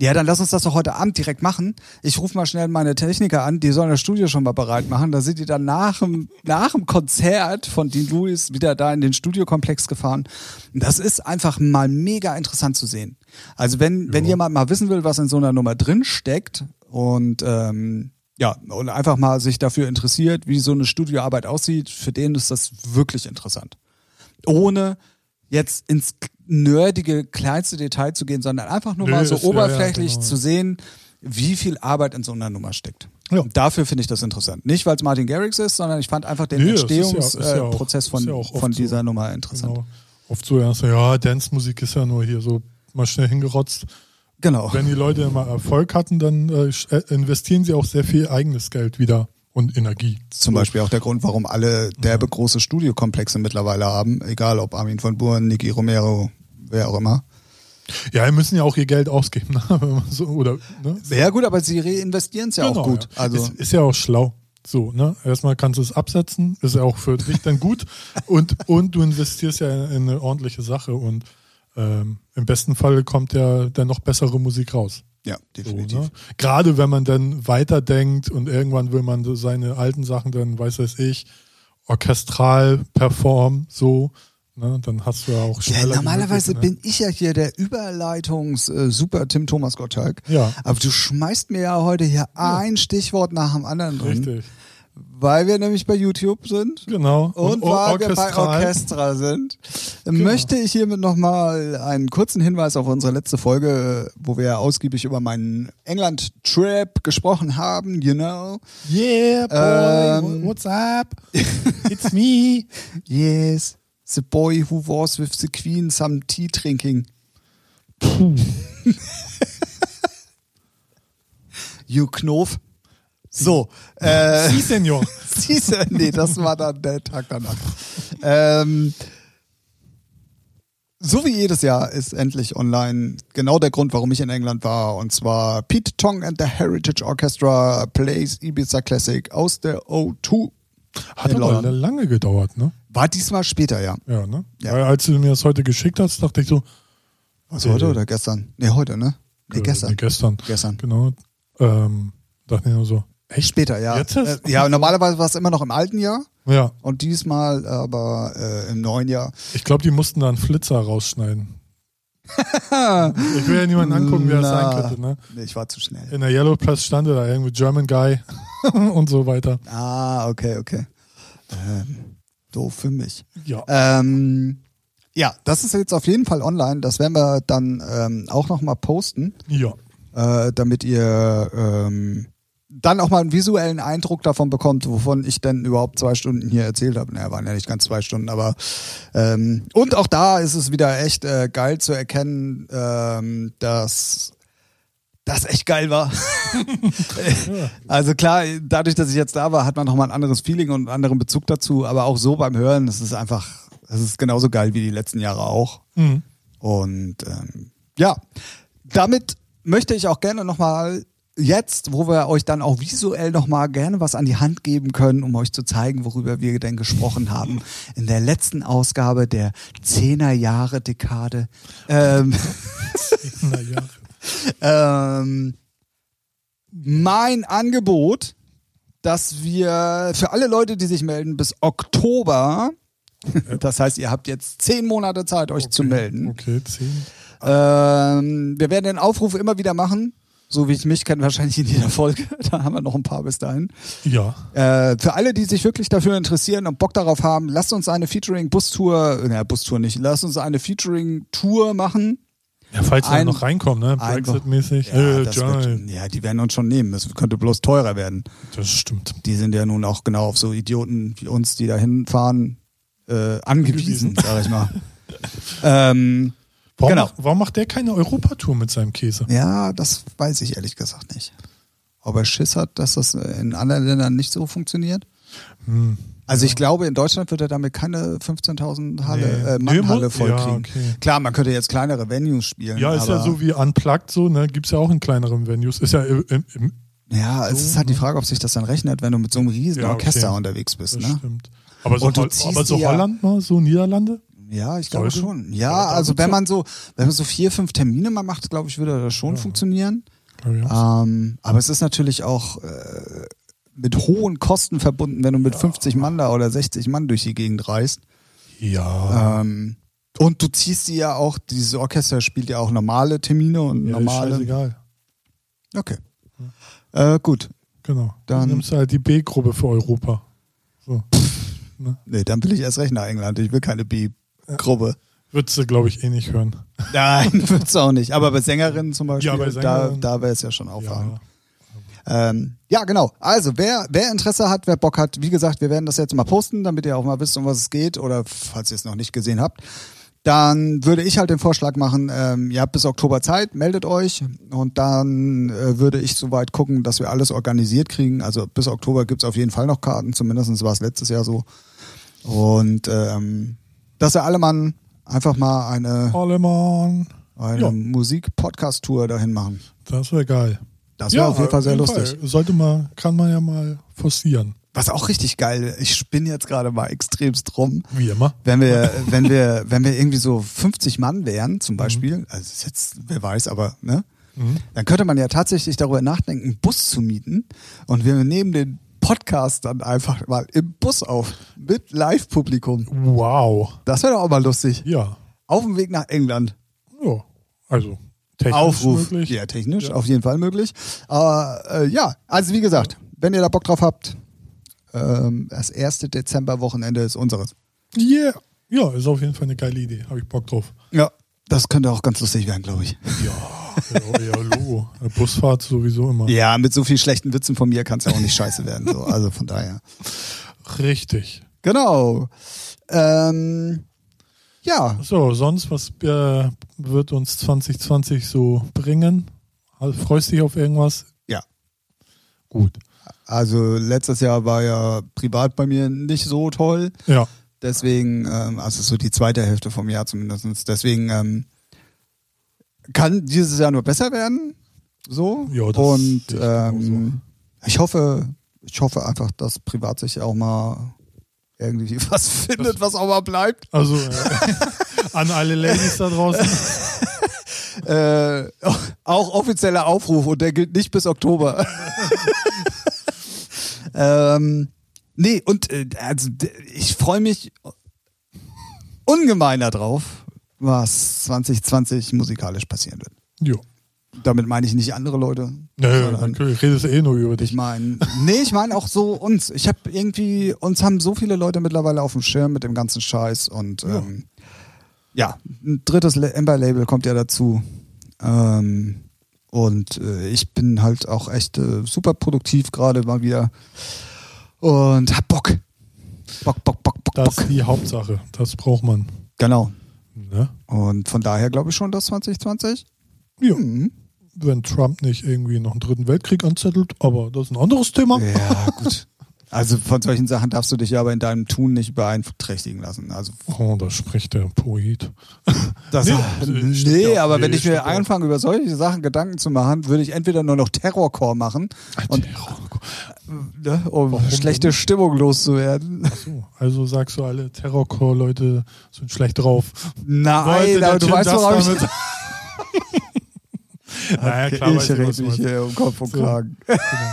Speaker 1: ja, dann lass uns das doch heute Abend direkt machen. Ich rufe mal schnell meine Techniker an, die sollen das Studio schon mal bereit machen. Da sind die dann nach dem, nach dem Konzert von Dean Lewis wieder da in den Studiokomplex gefahren. Und Das ist einfach mal mega interessant zu sehen. Also wenn, wenn jemand mal wissen will, was in so einer Nummer drin steckt und ähm, ja, und einfach mal sich dafür interessiert, wie so eine Studioarbeit aussieht, für den ist das wirklich interessant ohne jetzt ins nerdige kleinste Detail zu gehen, sondern einfach nur
Speaker 2: Nö,
Speaker 1: mal so
Speaker 2: ist- ja, ja,
Speaker 1: oberflächlich
Speaker 2: genau.
Speaker 1: zu sehen, wie viel Arbeit in so einer Nummer steckt.
Speaker 2: Ja.
Speaker 1: Und dafür finde ich das interessant. Nicht, weil es Martin Garrix ist, sondern ich fand einfach den
Speaker 2: Nee, das ist ja-
Speaker 1: Entstehungsprozess
Speaker 2: ist ja auch-
Speaker 1: äh, Prozess
Speaker 2: ist
Speaker 1: von,
Speaker 2: ja auch oft
Speaker 1: von
Speaker 2: so.
Speaker 1: dieser Nummer interessant.
Speaker 2: Genau. Oft so erst, ja, Dance-Musik ist ja nur hier so mal schnell hingerotzt.
Speaker 1: Genau.
Speaker 2: Wenn die Leute mal Erfolg hatten, dann äh, sch- äh, investieren sie auch sehr viel eigenes Geld wieder und Energie.
Speaker 1: Zum Beispiel auch der Grund, warum alle derbe große Studiokomplexe mittlerweile haben, egal ob Armin von Buuren, Niki Romero, wer auch immer.
Speaker 2: Ja, die müssen ja auch ihr Geld ausgeben. Ne? Wenn man so, oder, ne?
Speaker 1: Ja gut, aber sie reinvestieren es ja
Speaker 2: Genau,
Speaker 1: auch gut.
Speaker 2: Ja.
Speaker 1: Also
Speaker 2: ist, ist ja auch schlau. So, ne? Erstmal kannst du es absetzen, ist ja auch für dich dann gut. Und, und du investierst ja in, in eine ordentliche Sache. Und ähm, im besten Fall kommt ja dann noch bessere Musik raus.
Speaker 1: ja,
Speaker 2: So,
Speaker 1: definitiv.
Speaker 2: ne? Gerade wenn man dann weiterdenkt und irgendwann will man so seine alten Sachen dann, weiß es ich, orchestral performen, so, ne? dann hast du ja auch
Speaker 1: Ja,
Speaker 2: schneller. die
Speaker 1: normalerweise
Speaker 2: Möglichkeit, ne?
Speaker 1: bin ich ja hier der Überleitungs-Super Tim Thomas Gottschalk.
Speaker 2: Ja.
Speaker 1: Aber du schmeißt mir ja heute hier ein Stichwort nach dem anderen drin,
Speaker 2: ne? Richtig,
Speaker 1: weil wir nämlich bei YouTube sind.
Speaker 2: genau.
Speaker 1: Und
Speaker 2: or-
Speaker 1: weil wir bei
Speaker 2: orchestral.
Speaker 1: Orchestra sind,
Speaker 2: Genau.
Speaker 1: möchte ich hiermit nochmal einen kurzen Hinweis auf unsere letzte Folge, wo wir ausgiebig über meinen England-Trip gesprochen haben, you know.
Speaker 2: Yeah, boy,
Speaker 1: Ähm.
Speaker 2: what's up? It's me.
Speaker 1: Yes, the boy who was with the queen some tea drinking. you Knof. So, äh,
Speaker 2: Sie, Senior.
Speaker 1: Siehste, nee, das war dann der Tag danach. Ähm, so wie jedes Jahr ist endlich online genau der Grund, warum ich in England war. Und zwar Pete Tong and the Heritage Orchestra plays Ibiza Classic aus der O2.
Speaker 2: Hat
Speaker 1: In
Speaker 2: aber
Speaker 1: London.
Speaker 2: lange gedauert, ne?
Speaker 1: War diesmal später, ja.
Speaker 2: Ja, ne?
Speaker 1: Ja.
Speaker 2: Weil als du mir das heute geschickt hast, dachte ich so,
Speaker 1: Was, heute oder gestern? Nee, heute, ne? Nee,
Speaker 2: äh,
Speaker 1: gestern.
Speaker 2: nee, gestern.
Speaker 1: Gestern.
Speaker 2: Genau. Ähm, dachte ich nur so, echt?
Speaker 1: Später, ja.
Speaker 2: Jetzt ist-
Speaker 1: Äh, ja, normalerweise war es immer noch im alten Jahr
Speaker 2: Ja.
Speaker 1: und diesmal aber äh, im neuen Jahr.
Speaker 2: Ich glaube, die mussten da einen Flitzer rausschneiden. ich will ja niemanden angucken, wer das
Speaker 1: Na.
Speaker 2: sein könnte, ne?
Speaker 1: Nee, ich war zu schnell.
Speaker 2: In der Yellow Press stand da irgendwie German Guy und so weiter.
Speaker 1: Ah, okay, okay. Ähm, doof für mich.
Speaker 2: Ja.
Speaker 1: Ähm, ja, das ist jetzt auf jeden Fall online. Das werden wir dann ähm, auch nochmal posten,
Speaker 2: Ja.
Speaker 1: äh, damit ihr ähm, dann auch mal einen visuellen Eindruck davon bekommt, wovon ich denn überhaupt zwei Stunden hier erzählt habe. Naja, waren ja nicht ganz zwei Stunden, aber ähm, und auch da ist es wieder echt äh, geil zu erkennen, ähm, dass das echt geil war. Also klar, dadurch, dass ich jetzt da war, hat man nochmal ein anderes Feeling und einen anderen Bezug dazu. Aber auch so beim Hören, es ist einfach, es ist genauso geil wie die letzten Jahre auch.
Speaker 2: Mhm.
Speaker 1: Und ähm, ja, damit möchte ich auch gerne nochmal jetzt, wo wir euch dann auch visuell nochmal gerne was an die Hand geben können, um euch zu zeigen, worüber wir denn gesprochen haben, in der letzten Ausgabe der 10er Jahre Dekade. Ähm,
Speaker 2: Na ja.
Speaker 1: ähm, mein Angebot, dass wir für alle Leute, die sich melden, bis Oktober, das heißt, ihr habt jetzt zehn Monate Zeit, euch zu melden.
Speaker 2: Okay, zehn.
Speaker 1: Ähm, wir werden den Aufruf immer wieder machen, so wie ich mich kenne, wahrscheinlich in jeder Folge. Da haben wir noch ein paar bis dahin.
Speaker 2: Ja.
Speaker 1: Äh, für alle, die sich wirklich dafür interessieren und Bock darauf haben, lasst uns eine Featuring-Bustour, naja, Bustour nicht, lasst uns eine Featuring-Tour machen.
Speaker 2: ja falls wir
Speaker 1: Ein-
Speaker 2: noch reinkommen, ne?
Speaker 1: Ein-
Speaker 2: Brexit-mäßig.
Speaker 1: Ja,
Speaker 2: äh,
Speaker 1: das
Speaker 2: Johnny.
Speaker 1: wird, ja, die werden uns schon nehmen. Das könnte bloß teurer werden.
Speaker 2: das stimmt.
Speaker 1: Die sind ja nun auch genau auf so Idioten wie uns, die da hinfahren, äh, angewiesen,
Speaker 2: Angewiesen.
Speaker 1: sag ich mal. ähm,
Speaker 2: Warum,
Speaker 1: Genau.
Speaker 2: macht- warum macht der keine Europatour mit seinem Käse?
Speaker 1: ja, das weiß ich ehrlich gesagt nicht. Ob er Schiss hat, dass das in anderen Ländern nicht so funktioniert?
Speaker 2: Hm.
Speaker 1: Also ich glaube, in Deutschland wird er damit keine 15.000 Halle,
Speaker 2: Nee.
Speaker 1: äh,
Speaker 2: Nee,
Speaker 1: Mannhalle
Speaker 2: mu-
Speaker 1: vollkriegen.
Speaker 2: ja, okay.
Speaker 1: Klar, man könnte jetzt kleinere Venues spielen.
Speaker 2: Ja, ist
Speaker 1: aber
Speaker 2: ja so wie Unplugged, so, ne? Gibt's ja auch in kleineren Venues. Ist ja im, im, im
Speaker 1: Ja, es ist halt die Frage, ob sich das dann rechnet, wenn du mit so einem riesen
Speaker 2: ne? Ja, okay.
Speaker 1: Orchester unterwegs bist.
Speaker 2: das
Speaker 1: ne?
Speaker 2: stimmt. Aber so,
Speaker 1: Und du
Speaker 2: Hol-
Speaker 1: ziehst
Speaker 2: aber so
Speaker 1: die ja-
Speaker 2: Holland mal, so Niederlande?
Speaker 1: Ja, ich glaube
Speaker 2: Sollte.
Speaker 1: schon.
Speaker 2: Ja,
Speaker 1: Ja,
Speaker 2: da
Speaker 1: also
Speaker 2: wird's
Speaker 1: wenn
Speaker 2: ja-
Speaker 1: man so, wenn man so vier, fünf Termine mal macht, glaube ich, würde das schon funktionieren.
Speaker 2: Ja, ja.
Speaker 1: Ähm, aber es ist natürlich auch äh, mit hohen Kosten verbunden, wenn du mit 50 Mann da oder 60 Mann durch die Gegend reist.
Speaker 2: ja.
Speaker 1: Ähm, und du ziehst die ja auch, dieses Orchester spielt ja auch normale Termine und
Speaker 2: ja ist
Speaker 1: normale.
Speaker 2: scheißegal.
Speaker 1: Okay. Äh, gut.
Speaker 2: Genau.
Speaker 1: Dann-
Speaker 2: Dann nimmst du halt die B-Gruppe für Europa. So.
Speaker 1: Nee, dann will ich erst recht nach England. Ich will keine B-Gruppe.
Speaker 2: Würdest du, glaube ich, eh nicht hören.
Speaker 1: Nein, wird's auch nicht. Aber bei Sängerinnen zum Beispiel,
Speaker 2: Ja, bei Sängerinnen.
Speaker 1: da, da wäre es ja schon aufregend.
Speaker 2: Ja.
Speaker 1: Ähm, ja, genau. Also, wer, wer Interesse hat, wer Bock hat, wie gesagt, wir werden das jetzt mal posten, damit ihr auch mal wisst, um was es geht oder falls ihr es noch nicht gesehen habt. Dann würde ich halt den Vorschlag machen, ähm, ihr habt bis Oktober Zeit, meldet euch und dann äh, würde ich soweit gucken, dass wir alles organisiert kriegen. Also bis Oktober gibt's auf jeden Fall noch Karten, zumindest war es letztes Jahr so. Und ähm, dass ihr alle Mann einfach mal eine,
Speaker 2: Allemann.
Speaker 1: eine
Speaker 2: Ja.
Speaker 1: Musik-Podcast-Tour dahin machen.
Speaker 2: Das wäre geil.
Speaker 1: Das wäre auf jeden Fall sehr lustig.
Speaker 2: Sollte man, kann man ja mal forcieren.
Speaker 1: Was auch richtig geil, ich spinne jetzt gerade mal extremst rum.
Speaker 2: Wie immer.
Speaker 1: Wenn wir, wenn wir, wenn wir irgendwie so 50 Mann wären,
Speaker 2: Mhm.
Speaker 1: zum Beispiel, also ist jetzt, wer weiß, aber, ne? Dann könnte man ja tatsächlich darüber nachdenken, einen Bus zu mieten und wir nehmen den Podcast dann einfach mal im Bus auf mit Live-Publikum.
Speaker 2: Wow.
Speaker 1: Das wäre doch auch mal lustig.
Speaker 2: Ja.
Speaker 1: Auf dem Weg nach England.
Speaker 2: Ja. Also, technisch
Speaker 1: Aufruf.
Speaker 2: möglich.
Speaker 1: Ja, technisch, auf jeden Fall möglich. Aber äh, ja, also wie gesagt, wenn ihr da Bock drauf habt, ähm, das erste Dezemberwochenende ist unseres.
Speaker 2: Yeah. Ja, ist auf jeden Fall eine geile Idee. Habe ich Bock drauf.
Speaker 1: Ja. Das könnte auch ganz lustig werden, glaube ich.
Speaker 2: Ja, ja, ja Logo. Eine Busfahrt sowieso immer.
Speaker 1: Ja, mit so viel schlechten Witzen von mir kann es ja auch nicht scheiße werden. So. Also von daher.
Speaker 2: Richtig.
Speaker 1: Genau. Ähm, ja,
Speaker 2: So, sonst, was äh, wird uns 2020 so bringen? Also, freust dich auf irgendwas?
Speaker 1: ja.
Speaker 2: gut.
Speaker 1: Also letztes Jahr war ja privat bei mir nicht so toll.
Speaker 2: Ja.
Speaker 1: Deswegen, ähm, also so die zweite Hälfte vom Jahr zumindest. Deswegen ähm, kann dieses Jahr nur besser werden. So.
Speaker 2: Ja, das
Speaker 1: Und
Speaker 2: sehe ich
Speaker 1: ähm, ich hoffe, ich hoffe einfach, dass privat sich auch mal irgendwie was findet, was auch mal bleibt.
Speaker 2: Also äh, an alle Ladies da draußen.
Speaker 1: Äh, auch offizieller Aufruf und der gilt nicht bis Oktober. ähm, nee, und äh, also, d- ich freue mich ungemein darauf, was 2020 musikalisch passieren wird.
Speaker 2: Ja.
Speaker 1: Damit meine ich nicht andere Leute.
Speaker 2: Nö,
Speaker 1: sondern
Speaker 2: natürlich. Redest eh nur über
Speaker 1: ich
Speaker 2: dich.
Speaker 1: meine, nee, ich meine auch so uns. Ich habe irgendwie, uns haben so viele Leute mittlerweile auf dem Schirm mit dem ganzen Scheiß und
Speaker 2: Ja.
Speaker 1: ähm, ja, ein drittes Le- Ember-Label kommt ja dazu. Ähm, und äh, ich bin halt auch echt äh, super produktiv gerade mal wieder und hab Bock. Bock, Bock, Bock, Bock,
Speaker 2: Das
Speaker 1: Bock.
Speaker 2: ist die Hauptsache. Das braucht man.
Speaker 1: Genau.
Speaker 2: Ne?
Speaker 1: Und von daher glaube ich schon, dass 2020.
Speaker 2: Ja.
Speaker 1: Mhm.
Speaker 2: Wenn Trump nicht irgendwie noch einen dritten Weltkrieg anzettelt, aber das ist ein anderes Thema.
Speaker 1: Ja, gut. Also von solchen Sachen darfst du dich ja aber in deinem Tun nicht beeinträchtigen lassen. Also
Speaker 2: Oh, da spricht der Poet.
Speaker 1: Das
Speaker 2: Nee,
Speaker 1: nee,
Speaker 2: äh, stimmt ja.
Speaker 1: aber
Speaker 2: Nee,
Speaker 1: wenn ich
Speaker 2: stimmt
Speaker 1: mir
Speaker 2: auch.
Speaker 1: anfange, über solche Sachen Gedanken zu machen, würde ich entweder nur noch Terrorcore machen, Und- ne, um
Speaker 2: Warum
Speaker 1: schlechte
Speaker 2: denn?
Speaker 1: Stimmung loszuwerden.
Speaker 2: So, also sagst du alle Terrorcore-Leute sind schlecht drauf.
Speaker 1: Nein,
Speaker 2: Wollte
Speaker 1: aber
Speaker 2: der
Speaker 1: du
Speaker 2: Tim
Speaker 1: weißt,
Speaker 2: das
Speaker 1: worauf ich...
Speaker 2: damit? naja, klar,
Speaker 1: ich
Speaker 2: weiß ich, was
Speaker 1: rede mich
Speaker 2: du meinst.
Speaker 1: hier um Kopf und
Speaker 2: So.
Speaker 1: Kragen.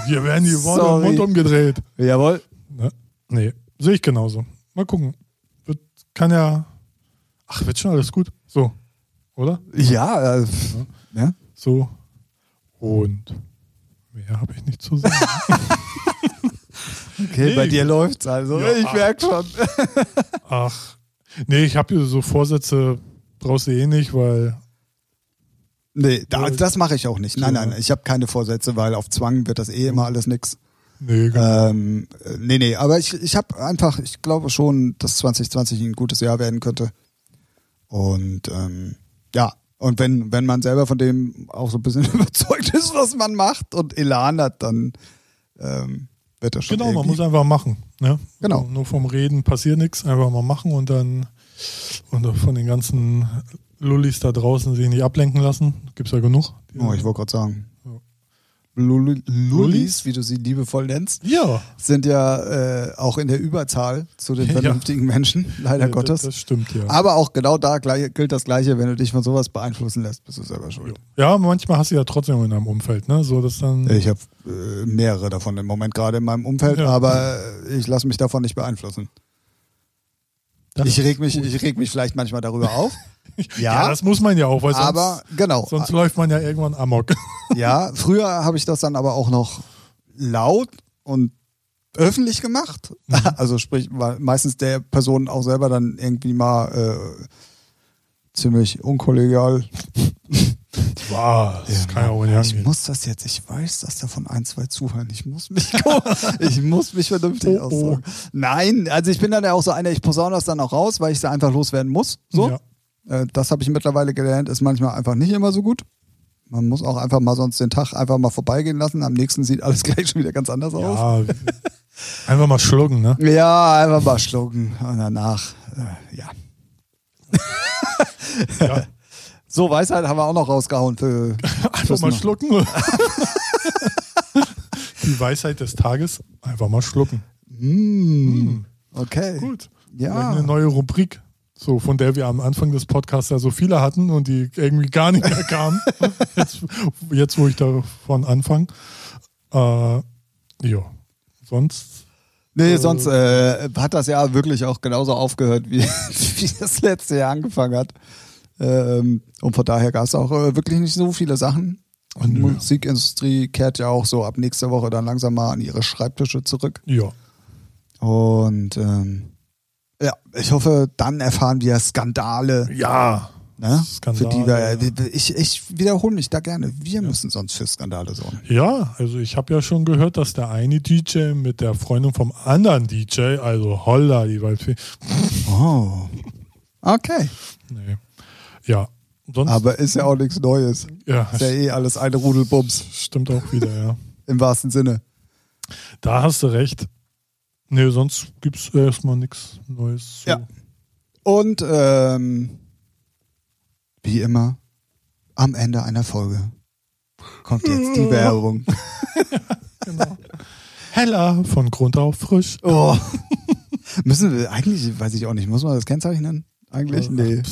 Speaker 2: Hier werden die Worte im
Speaker 1: Sorry.
Speaker 2: Mund umgedreht.
Speaker 1: Jawohl.
Speaker 2: Ne? Nee, sehe ich genauso. Mal gucken. Wird, kann ja. Ach, wird schon alles gut. So, oder?
Speaker 1: Ja, äh, ja.
Speaker 2: So. Und mehr habe ich nicht zu sagen.
Speaker 1: okay,
Speaker 2: Nee.
Speaker 1: bei dir läuft's also.
Speaker 2: Ja.
Speaker 1: ich merke schon.
Speaker 2: Ach. Nee, ich habe hier so Vorsätze, brauchst du eh nicht, weil.
Speaker 1: Nee, da, das mache ich auch nicht. Nein, nein, ich habe keine Vorsätze, weil auf Zwang wird das eh immer alles nix.
Speaker 2: Nee, genau.
Speaker 1: Ähm, äh, nee, nee, aber ich, ich habe einfach, ich glaube schon, dass 2020 ein gutes Jahr werden könnte. Und ähm, ja, und wenn, wenn man selber von dem auch so ein bisschen überzeugt ist, was man macht und Elan hat, dann ähm, wird das schon.
Speaker 2: Genau, man
Speaker 1: irgendwie-
Speaker 2: muss einfach machen. Ne?
Speaker 1: Genau.
Speaker 2: Also nur vom Reden passiert nichts, einfach mal machen und dann und auch von den ganzen Lullis da draußen sich nicht ablenken lassen. Gibt's ja genug.
Speaker 1: Oh, ich wollte gerade sagen.
Speaker 2: Ja.
Speaker 1: Lulli-
Speaker 2: Lullis?
Speaker 1: Lullis, wie du sie liebevoll nennst,
Speaker 2: ja,
Speaker 1: sind ja äh, auch in der Überzahl zu den
Speaker 2: Ja.
Speaker 1: vernünftigen Menschen, leider
Speaker 2: Ja,
Speaker 1: Gottes.
Speaker 2: Das, das stimmt ja.
Speaker 1: Aber auch genau da gleich, gilt das Gleiche, wenn du dich von sowas beeinflussen lässt, bist du selber schuld.
Speaker 2: ja, manchmal hast du ja trotzdem in deinem Umfeld, ne? So dass dann.
Speaker 1: Ich habe äh, mehrere davon im Moment gerade in meinem Umfeld,
Speaker 2: Ja.
Speaker 1: aber äh, ich lasse mich davon nicht beeinflussen.
Speaker 2: das,
Speaker 1: ich reg mich, ich reg mich vielleicht manchmal darüber auf.
Speaker 2: ja, das muss man ja auch, weil sonst,
Speaker 1: aber genau.
Speaker 2: sonst läuft man ja irgendwann amok.
Speaker 1: Ja, früher habe ich das dann aber auch noch laut und öffentlich gemacht.
Speaker 2: Mhm.
Speaker 1: Also sprich war meistens der Person auch selber dann irgendwie mal äh, ziemlich unkollegial.
Speaker 2: Wow, das kann ja auch nicht
Speaker 1: ich
Speaker 2: angehen.
Speaker 1: muss das jetzt. Ich weiß, dass davon ein, zwei zuhören. Ich muss mich, ich muss mich vernünftig
Speaker 2: Oh, oh.
Speaker 1: aussagen. Nein, also ich bin dann ja auch so einer, ich posaune das dann auch raus, weil ich sie einfach loswerden muss. So.
Speaker 2: Ja.
Speaker 1: Äh, Das habe ich mittlerweile gelernt, ist manchmal einfach nicht immer so gut. Man muss auch einfach mal sonst den Tag einfach mal vorbeigehen lassen. Am nächsten sieht alles gleich schon wieder ganz anders aus.
Speaker 2: Ja, einfach mal schlucken, ne?
Speaker 1: Ja, einfach mal schlucken und danach, äh, ja.
Speaker 2: Ja.
Speaker 1: So, Weisheit haben wir auch noch rausgehauen für.
Speaker 2: Einfach
Speaker 1: fürs
Speaker 2: mal
Speaker 1: noch-
Speaker 2: schlucken. Die Weisheit des Tages, einfach mal schlucken.
Speaker 1: Mm, okay.
Speaker 2: Hm. Gut.
Speaker 1: Ja.
Speaker 2: Vielleicht Eine neue Rubrik, so von der wir am Anfang des Podcasts ja so viele hatten und die irgendwie gar nicht mehr kamen. jetzt, jetzt, wo ich davon anfange. Äh, ja. Sonst.
Speaker 1: Nee, sonst äh, hat das Jahr wirklich auch genauso aufgehört, wie, wie das letzte Jahr angefangen hat. Ähm, und von daher gab es auch äh, wirklich nicht so viele Sachen.
Speaker 2: Oh, nö.
Speaker 1: Musikindustrie kehrt ja auch so ab nächster Woche dann langsam mal an ihre Schreibtische zurück.
Speaker 2: Ja.
Speaker 1: Und ähm, ja, ich hoffe, dann erfahren wir Skandale,
Speaker 2: Ja.
Speaker 1: ne? für
Speaker 2: Skandale,
Speaker 1: die wir,
Speaker 2: ja.
Speaker 1: ich, ich wiederhole mich da gerne. Wir müssen sonst für Skandale sorgen.
Speaker 2: Ja, also ich habe ja schon gehört, dass der eine DJ mit der Freundin vom anderen DJ, also Holla, die Waldfee.
Speaker 1: Oh. Okay.
Speaker 2: Nee. Ja. Sonst.
Speaker 1: Aber ist ja auch nichts Neues.
Speaker 2: ja,
Speaker 1: Ist ja eh alles eine Rudelbums.
Speaker 2: Stimmt auch wieder, ja.
Speaker 1: Im wahrsten Sinne.
Speaker 2: Da hast du recht. Nee, sonst gibt es erstmal nichts Neues. zu-
Speaker 1: Ja. Und ähm, wie immer, am Ende einer Folge kommt jetzt die Werbung.
Speaker 2: Genau. Heller, von Grund auf frisch.
Speaker 1: Oh. Müssen wir eigentlich, weiß ich auch nicht, muss man das kennzeichnen? Eigentlich? Nee.
Speaker 2: Äh,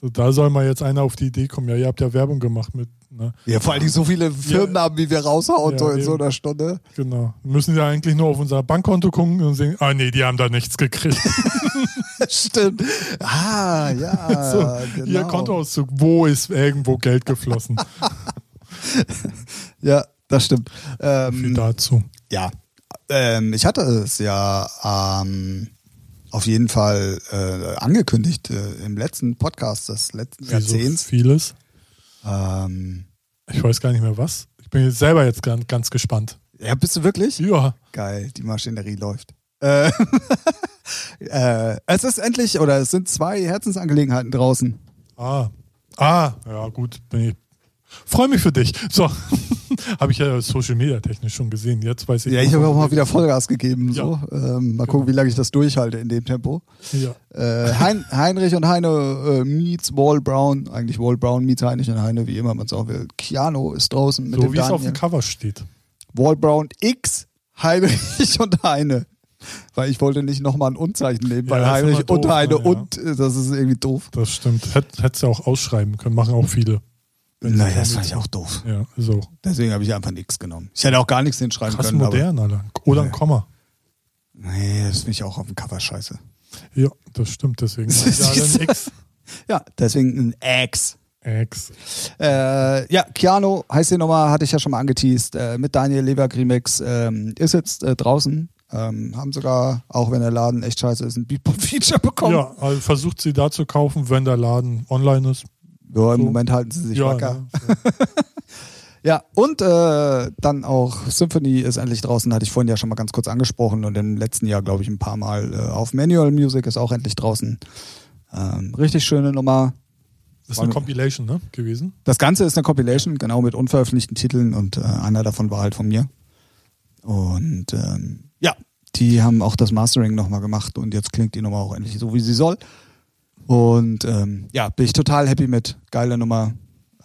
Speaker 2: So, da soll mal jetzt einer auf die Idee kommen. Ja, ihr habt ja Werbung gemacht mit. Ne?
Speaker 1: Ja, vor allen Dingen so viele Firmennamen, wie wir raushauen,
Speaker 2: Ja,
Speaker 1: so in
Speaker 2: eben.
Speaker 1: so einer Stunde.
Speaker 2: Genau. Müssen ja eigentlich nur auf unser Bankkonto gucken und sehen, ah nee, die haben da nichts gekriegt.
Speaker 1: Stimmt. Ah, ja.
Speaker 2: so,
Speaker 1: genau.
Speaker 2: Ihr Kontoauszug, wo ist irgendwo Geld geflossen?
Speaker 1: Ja, das stimmt.
Speaker 2: Viel
Speaker 1: Ähm,
Speaker 2: dazu.
Speaker 1: ja. Ähm, ich hatte es ja ähm, auf jeden Fall äh, angekündigt äh, im letzten Podcast des letzten
Speaker 2: Wie so
Speaker 1: Jahrzehnts.
Speaker 2: vieles.
Speaker 1: Ähm,
Speaker 2: Ich weiß gar nicht mehr was. Ich bin jetzt selber jetzt ganz, ganz gespannt.
Speaker 1: ja, bist du wirklich?
Speaker 2: Ja,
Speaker 1: Geil, die Maschinerie läuft. Äh, äh, es ist endlich, oder es sind zwei Herzensangelegenheiten draußen.
Speaker 2: Ah, ah, ja gut, bin ich. Freue mich für dich. So, habe ich ja Social Media technisch schon gesehen. Jetzt weiß ich.
Speaker 1: Ja, ich habe auch mal wieder Vollgas gegeben. So. Ähm, mal gucken,
Speaker 2: Genau.
Speaker 1: wie lange ich das durchhalte in dem Tempo.
Speaker 2: Ja.
Speaker 1: Äh, hein Heinrich und Heine äh, meets Wall Brown, eigentlich Wall Brown meets Heinrich und Heine, wie immer man es auch will. Keanu ist draußen mit
Speaker 2: So
Speaker 1: dem
Speaker 2: wie es auf
Speaker 1: Daniel.
Speaker 2: dem Cover steht.
Speaker 1: Wall Brown X Heinrich und Heine. Weil ich wollte nicht nochmal ein Unzeichen nehmen,
Speaker 2: Ja,
Speaker 1: weil
Speaker 2: das ist
Speaker 1: Heinrich
Speaker 2: immer doof,
Speaker 1: und Heine
Speaker 2: ne, ja.
Speaker 1: und, äh, das ist irgendwie doof.
Speaker 2: Das stimmt. Hätt, hättest du auch ausschreiben können. Machen auch viele.
Speaker 1: Naja, das fand ich auch doof.
Speaker 2: Ja, so.
Speaker 1: Deswegen habe ich einfach nichts genommen. Ich hätte auch gar nichts hinschreiben
Speaker 2: Krass
Speaker 1: können.
Speaker 2: modern, Alter. Oder ein Komma.
Speaker 1: Aber, nee, das finde ich auch auf dem Cover scheiße.
Speaker 2: Ja, das stimmt. Deswegen. sind sie alle ein X.
Speaker 1: Ja, deswegen ein X.
Speaker 2: X.
Speaker 1: Äh, ja, Keanu heißt die Nummer, hatte ich ja schon mal angeteased, äh, mit Daniel Levergrimix, ähm, ist jetzt äh, draußen. Ähm, haben sogar, auch wenn der Laden echt scheiße ist, ein Beatport-Feature bekommen. Ja,
Speaker 2: Ja, also versucht sie da zu kaufen, wenn der Laden online ist.
Speaker 1: im
Speaker 2: So.
Speaker 1: Moment halten sie sich
Speaker 2: ja,
Speaker 1: wacker.
Speaker 2: ne?
Speaker 1: Ja, und äh, dann auch Symphony ist endlich draußen, hatte ich vorhin ja schon mal ganz kurz angesprochen und im letzten Jahr, glaube ich, ein paar Mal äh, auf Manual Music ist auch endlich draußen. Ähm, richtig schöne Nummer.
Speaker 2: Das ist eine Compilation, ne? Gewesen.
Speaker 1: Das Ganze ist eine Compilation, genau mit unveröffentlichten Titeln und äh, einer davon war halt von mir. Und ähm, ja, die haben auch das Mastering nochmal gemacht und jetzt klingt die Nummer auch endlich so, wie sie soll. Und ähm, ja, bin ich total happy mit. Geile Nummer.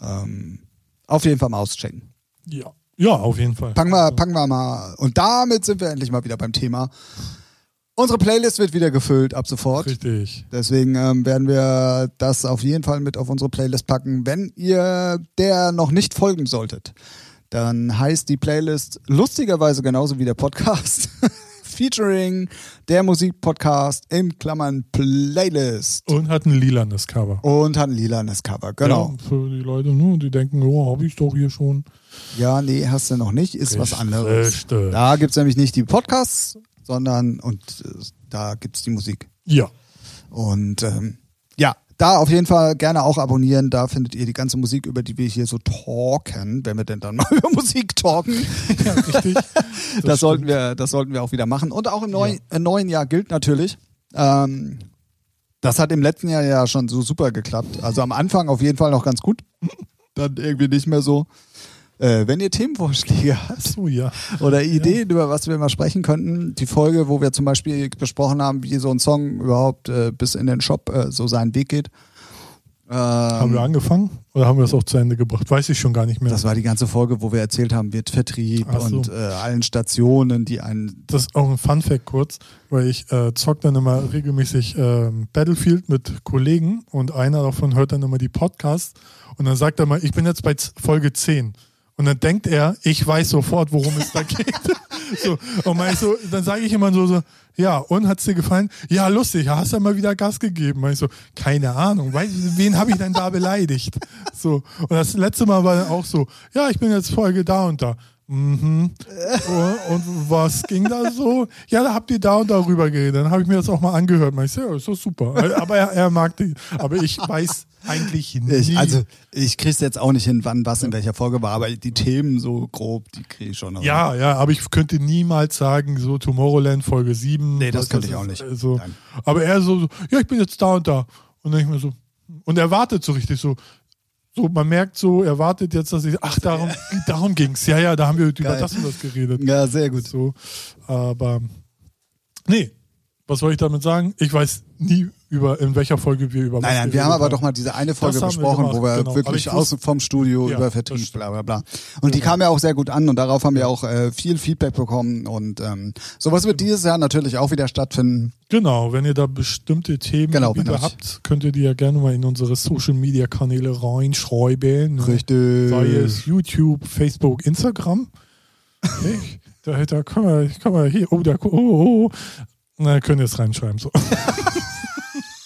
Speaker 1: Ähm, auf jeden Fall mal auschecken.
Speaker 2: Ja. Ja, auf jeden Fall.
Speaker 1: Packen wir, packen wir mal. Und damit sind wir endlich mal wieder beim Thema. Unsere Playlist wird wieder gefüllt ab sofort.
Speaker 2: Richtig.
Speaker 1: Deswegen ähm, werden wir das auf jeden Fall mit auf unsere Playlist packen. Wenn ihr der noch nicht folgen solltet, dann heißt die Playlist lustigerweise genauso wie der Podcast. Featuring der Musikpodcast im Klammern Playlist.
Speaker 2: Und hat ein lilanes Cover.
Speaker 1: Und hat ein lilanes Cover, genau.
Speaker 2: Ja, für die Leute, ne, die denken, oh, habe ich doch hier schon.
Speaker 1: Ja. nee, hast du noch nicht, ist was anderes.
Speaker 2: Richtig.
Speaker 1: Da gibt es nämlich nicht die Podcasts, sondern und äh, da gibt es die Musik.
Speaker 2: Ja.
Speaker 1: Und ähm, ja, da auf jeden Fall gerne auch abonnieren. Da findet ihr die ganze Musik, über die wir hier so talken, wenn wir denn dann mal über Musik talken.
Speaker 2: ja, richtig.
Speaker 1: Das, sollten wir, das sollten wir auch wieder machen. Und auch im neuen, im neuen Jahr gilt natürlich. Ähm, das hat im letzten Jahr ja schon so super geklappt. Also am Anfang auf jeden Fall noch ganz gut. Dann irgendwie nicht mehr so. Äh, wenn ihr Themenvorschläge habt,
Speaker 2: Achso, ja.
Speaker 1: oder Ideen, über was wir mal sprechen könnten. Die Folge, wo wir zum Beispiel besprochen haben, wie so ein Song überhaupt äh, bis in den Shop äh, so seinen Weg geht. Ähm,
Speaker 2: Haben wir angefangen oder haben wir das auch zu Ende gebracht? Weiß ich schon gar nicht mehr.
Speaker 1: das war die ganze Folge, wo wir erzählt haben, wird Vertrieb
Speaker 2: Ach so.
Speaker 1: und äh, allen Stationen, die einen.
Speaker 2: das ist auch ein Funfact kurz, weil ich äh, zock dann immer regelmäßig ähm, Battlefield mit Kollegen und einer davon hört dann immer die Podcasts und dann sagt er mal, ich bin jetzt bei Z- Folge 10. Und dann denkt er, ich weiß sofort, worum es da geht. so, und mein ich so, dann sage ich immer so, so, ja, und hat's dir gefallen? Ja, lustig, hast du mal wieder Gas gegeben? Mein ich so, keine Ahnung, weiß, wen habe ich denn da beleidigt? So, und das letzte Mal war dann auch so, ja, ich bin jetzt Folge da und da. Mhm. Oh, Und was ging da so? Ja, da habt ihr da und darüber geredet. Dann habe ich mir das auch mal angehört. Meinte, ja, ist doch super. Aber er, er mag die. Aber ich weiß eigentlich nie.
Speaker 1: Ich, also, ich krieg's jetzt auch nicht hin, wann was in welcher Folge war, aber die Themen so grob, die kriege ich schon. noch.
Speaker 2: ja, ja, aber ich könnte niemals sagen, so Tomorrowland Folge 7.
Speaker 1: Nee, das
Speaker 2: was
Speaker 1: könnte ich
Speaker 2: ist,
Speaker 1: auch nicht.
Speaker 2: äh, So.
Speaker 1: Nein.
Speaker 2: Aber er so, so, ja, ich bin jetzt da und da. Und dann ich mir so, und er wartet so richtig so, So, man merkt so, er wartet jetzt, dass ich, ach, darum, darum ging's. Ja, ja, da haben wir über
Speaker 1: Geil.
Speaker 2: das und das geredet.
Speaker 1: Ja, sehr gut.
Speaker 2: So, aber nee, was soll ich damit sagen? Ich weiß nie über in welcher Folge wir über
Speaker 1: Nein,
Speaker 2: was
Speaker 1: nein, wir
Speaker 2: geredet
Speaker 1: haben aber doch mal diese eine Folge
Speaker 2: haben wir
Speaker 1: besprochen, wo
Speaker 2: gemacht,
Speaker 1: wir
Speaker 2: genau. Aber
Speaker 1: wirklich
Speaker 2: ich wusste-
Speaker 1: außen vom Studio
Speaker 2: Ja,
Speaker 1: über
Speaker 2: das
Speaker 1: Vertrieb,
Speaker 2: stimmt.
Speaker 1: bla bla bla. Und die kam ja auch sehr gut an und darauf haben wir auch äh, viel Feedback bekommen und ähm, sowas wird dieses Jahr natürlich auch wieder stattfinden.
Speaker 2: Genau, wenn ihr da bestimmte Themen
Speaker 1: Genau, wenn
Speaker 2: wieder
Speaker 1: euch-
Speaker 2: habt, könnt ihr die ja gerne mal in unsere Social Media Kanäle reinschreiben. ne?
Speaker 1: Richtig.
Speaker 2: Sei es YouTube, Facebook, Instagram. Nicht? Da, da kann man, kann man hier, oh, da, oh, oh, oh. Na, könnt ihr es reinschreiben.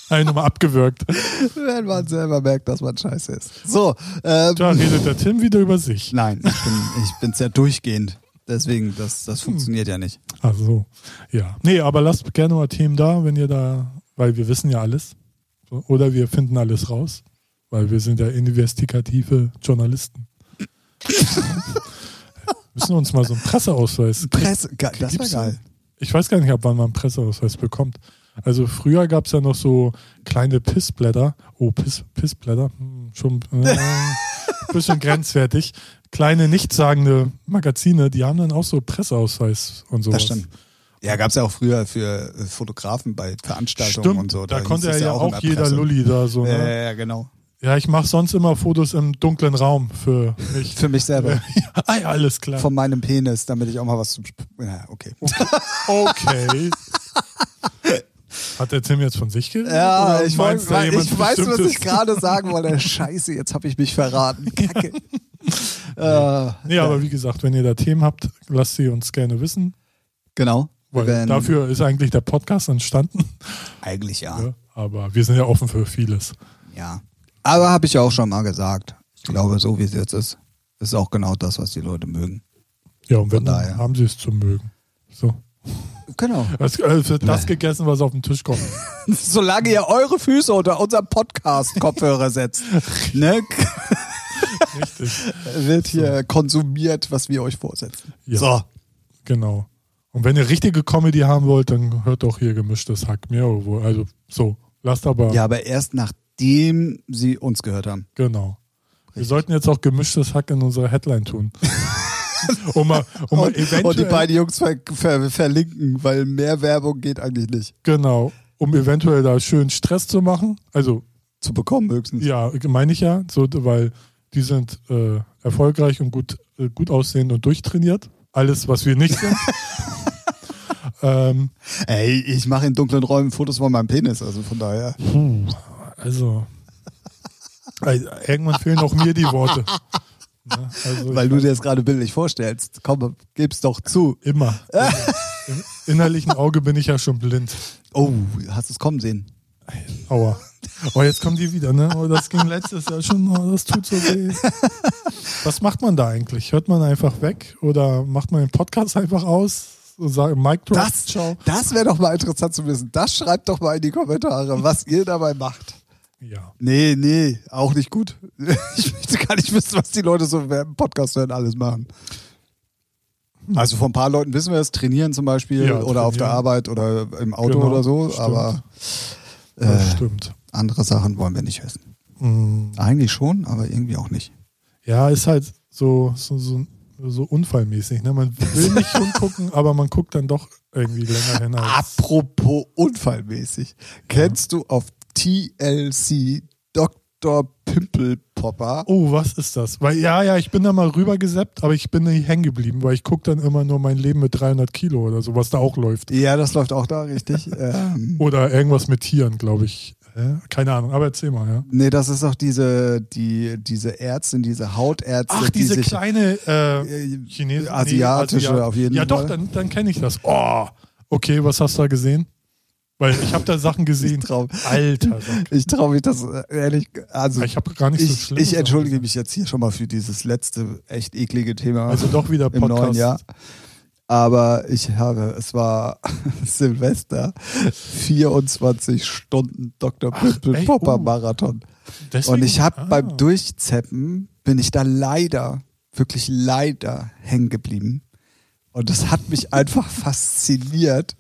Speaker 2: So. Eine Nummer abgewürgt.
Speaker 1: Wenn man selber merkt, dass man scheiße ist. So, ähm,
Speaker 2: Da redet der Tim wieder über sich.
Speaker 1: nein, ich bin ich bin's ja durchgehend. Deswegen, das,
Speaker 2: Hm.
Speaker 1: das funktioniert ja nicht.
Speaker 2: Also, ja. Nee, aber lasst gerne mal Themen da, wenn ihr da, weil wir wissen ja alles. So, Oder wir finden alles raus, weil wir sind ja investigative Journalisten. Müssen uns mal so einen Presseausweis.
Speaker 1: Presse, ge- das war
Speaker 2: Gibt's
Speaker 1: geil.
Speaker 2: Ich weiß gar nicht, ab wann man einen Presseausweis bekommt. Also früher gab es ja noch so kleine Pissblätter. Oh, Piss, Pissblätter. Hm, schon äh, bisschen grenzwertig. Kleine, nichtssagende Magazine, die haben dann auch so Presseausweis und sowas.
Speaker 1: Das stimmt. Ja, gab's ja auch früher für äh, Fotografen bei Veranstaltungen
Speaker 2: Stimmt,
Speaker 1: und so.
Speaker 2: da,
Speaker 1: hieß
Speaker 2: konnte
Speaker 1: es
Speaker 2: er ja auch,
Speaker 1: immer
Speaker 2: jeder
Speaker 1: Presse.
Speaker 2: Lulli da so.
Speaker 1: Ja,
Speaker 2: Ne?
Speaker 1: ja, ja, genau.
Speaker 2: Ja, ich mache sonst immer Fotos im dunklen Raum für mich.
Speaker 1: Für mich selber.
Speaker 2: ah ja, Oh, alles klar.
Speaker 1: Von meinem Penis, damit ich auch mal was zum. Sp ja, okay.
Speaker 2: Okay. Hat der Tim jetzt von sich geredet?
Speaker 1: Ja,
Speaker 2: oder
Speaker 1: ich,
Speaker 2: meinst
Speaker 1: wollt,
Speaker 2: du
Speaker 1: weil
Speaker 2: oh, jemand
Speaker 1: ich weiß, was
Speaker 2: Bestimmtes?
Speaker 1: ich gerade sagen wollte. Scheiße, jetzt habe ich mich verraten. Kacke. äh,
Speaker 2: Nee, aber wie gesagt, wenn ihr da Themen habt, lasst sie uns gerne wissen.
Speaker 1: genau.
Speaker 2: Weil
Speaker 1: Wenn-
Speaker 2: dafür ist eigentlich der Podcast entstanden.
Speaker 1: Eigentlich ja.
Speaker 2: Ja, aber wir sind ja offen für vieles.
Speaker 1: Ja. Aber habe ich ja auch schon mal gesagt. Ich glaube, so wie es jetzt ist, ist auch genau das, was die Leute mögen.
Speaker 2: Ja, und wenn,
Speaker 1: daher.
Speaker 2: dann haben sie es zu mögen. So.
Speaker 1: Genau.
Speaker 2: Das, äh, wird das gegessen, was auf den Tisch kommt.
Speaker 1: Solange ihr eure Füße unter unserem Podcast-Kopfhörer setzt, ne,
Speaker 2: Richtig.
Speaker 1: wird hier konsumiert, was wir euch vorsetzen.
Speaker 2: Ja.
Speaker 1: So.
Speaker 2: Genau. Und wenn ihr richtige Comedy haben wollt, dann hört doch hier gemischtes Hack mir irgendwo. Also so, lasst aber.
Speaker 1: Ja, aber erst nachdem sie uns gehört haben.
Speaker 2: Genau. Wir sollten jetzt auch gemischtes Hack in unsere Headline tun. um mal, um mal
Speaker 1: Und,
Speaker 2: eventuell,
Speaker 1: und die beiden Jungs ver ver verlinken, weil mehr Werbung geht eigentlich nicht.
Speaker 2: genau, um eventuell da schön Stress zu machen. Also
Speaker 1: Zu bekommen höchstens.
Speaker 2: ja, meine ich ja, so, weil die sind äh, erfolgreich und gut, äh, gut aussehend und durchtrainiert. Alles, was wir nicht sind. ähm,
Speaker 1: Ey, ich mache in dunklen Räumen Fotos von meinem Penis, also von daher.
Speaker 2: Puh, also. Also, Irgendwann fehlen auch mir die Worte. Ne? Also
Speaker 1: Weil du dir das gerade bildlich vorstellst. Komm, gib's doch zu.
Speaker 2: immer. immer. Im innerlichen Auge bin ich ja schon blind.
Speaker 1: Oh, hast du es kommen sehen?
Speaker 2: Aua. Oh, jetzt kommen die wieder, ne? Oh, das ging letztes Jahr schon. Oh, das tut so weh. Was macht man da eigentlich? Hört man einfach weg oder macht man den Podcast einfach aus und sagt Mic drop,
Speaker 1: Das, das wäre doch mal interessant zu wissen. Das schreibt doch mal in die Kommentare, was ihr dabei macht.
Speaker 2: Ja.
Speaker 1: Nee, nee, auch nicht gut. Ich möchte gar nicht wissen, was die Leute so während dem Podcast hören, alles machen. Also von ein paar Leuten wissen wir es, trainieren zum Beispiel
Speaker 2: Hm. Ja,
Speaker 1: oder auf der
Speaker 2: trainieren.
Speaker 1: Arbeit oder im Auto
Speaker 2: Genau,
Speaker 1: oder so,
Speaker 2: stimmt.
Speaker 1: aber
Speaker 2: Das
Speaker 1: Äh.
Speaker 2: stimmt.
Speaker 1: andere Sachen wollen wir nicht wissen.
Speaker 2: Mm.
Speaker 1: Eigentlich schon, aber irgendwie auch nicht.
Speaker 2: Ja, ist halt so, so, so, so unfallmäßig. Ne? Man will nicht hingucken, aber man guckt dann doch irgendwie länger hin. Als
Speaker 1: Apropos unfallmäßig. Kennst du auf TLC Dr. Pimple Popper?
Speaker 2: oh, was ist das? Weil ja, ja, ich bin da mal rüber gesappt, aber ich bin nicht hängen geblieben, weil ich gucke dann immer nur mein Leben mit 300 Kilo oder so, was da auch läuft.
Speaker 1: Ja, das läuft auch da, richtig. ähm,
Speaker 2: Oder irgendwas mit Tieren, glaube ich. Hä? Keine Ahnung, aber erzähl mal, ja.
Speaker 1: nee, das ist auch diese, die, diese Ärztin, diese Hautärztin.
Speaker 2: Ach, diese
Speaker 1: die sich,
Speaker 2: kleine äh,
Speaker 1: äh,
Speaker 2: Chinesin.
Speaker 1: asiatische auf jeden
Speaker 2: Ja, doch,
Speaker 1: Fall.
Speaker 2: dann, dann kenne ich das. Oh, okay, was hast du da gesehen? Weil ich habe da Sachen gesehen.
Speaker 1: trau-
Speaker 2: Alter, sag-
Speaker 1: Ich traue mich das äh, ehrlich. Also,
Speaker 2: ich habe gar nicht so
Speaker 1: ich,
Speaker 2: schlimm.
Speaker 1: ich entschuldige mich jetzt hier schon mal für dieses letzte echt eklige Thema.
Speaker 2: Also doch wieder
Speaker 1: im
Speaker 2: Podcast.
Speaker 1: neuen Jahr. Aber ich habe, es war Silvester, 24 Stunden Dr. Pimple
Speaker 2: ey,
Speaker 1: Popper
Speaker 2: uh.
Speaker 1: Marathon.
Speaker 2: Deswegen-
Speaker 1: Und ich habe
Speaker 2: Ah,
Speaker 1: beim Durchzeppen, bin ich da leider, wirklich leider hängen geblieben. Und das hat mich einfach fasziniert,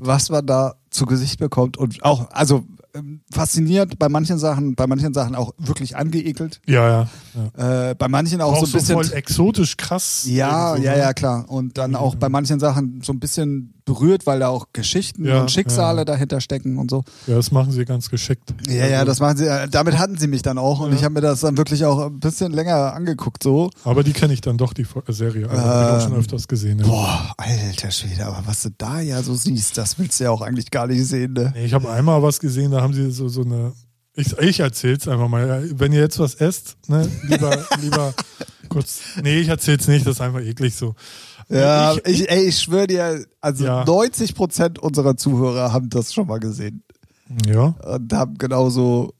Speaker 1: was man da zu Gesicht bekommt. Und auch, also ähm, fasziniert, bei manchen Sachen, bei manchen Sachen auch wirklich angeekelt,
Speaker 2: Ja, ja. ja.
Speaker 1: äh, bei manchen auch, so ein bisschen.
Speaker 2: voll exotisch krass.
Speaker 1: Ja,
Speaker 2: irgendwo,
Speaker 1: ja,
Speaker 2: ne?
Speaker 1: ja, klar. Und dann auch bei manchen Sachen so ein bisschen berührt, weil da auch Geschichten
Speaker 2: Ja,
Speaker 1: und Schicksale dahinter stecken und so.
Speaker 2: Ja, das machen sie ganz geschickt. Also,
Speaker 1: Ja, ja, das machen sie. äh, Damit hatten sie mich dann auch und ich habe mir das dann wirklich auch ein bisschen länger angeguckt. So,
Speaker 2: Aber die kenne ich dann doch, die Fo- Serie. Also, die habe ich auch schon öfters gesehen. Ja.
Speaker 1: Ähm, boah, alter Schwede, aber was du da ja so siehst, das willst du ja auch eigentlich gar nicht sehen. Ne?
Speaker 2: Nee, ich habe einmal was gesehen, da haben sie so, so eine. Ich, ich erzähl's einfach mal. Wenn ihr jetzt was esst, ne, lieber, lieber kurz. Nee, ich erzähl's nicht, das ist einfach eklig so.
Speaker 1: Ja,
Speaker 2: Ich-
Speaker 1: ich, ey, ich schwöre dir, also
Speaker 2: Ja.
Speaker 1: 90 Prozent unserer Zuhörer haben das schon mal gesehen
Speaker 2: Ja.
Speaker 1: und haben genauso.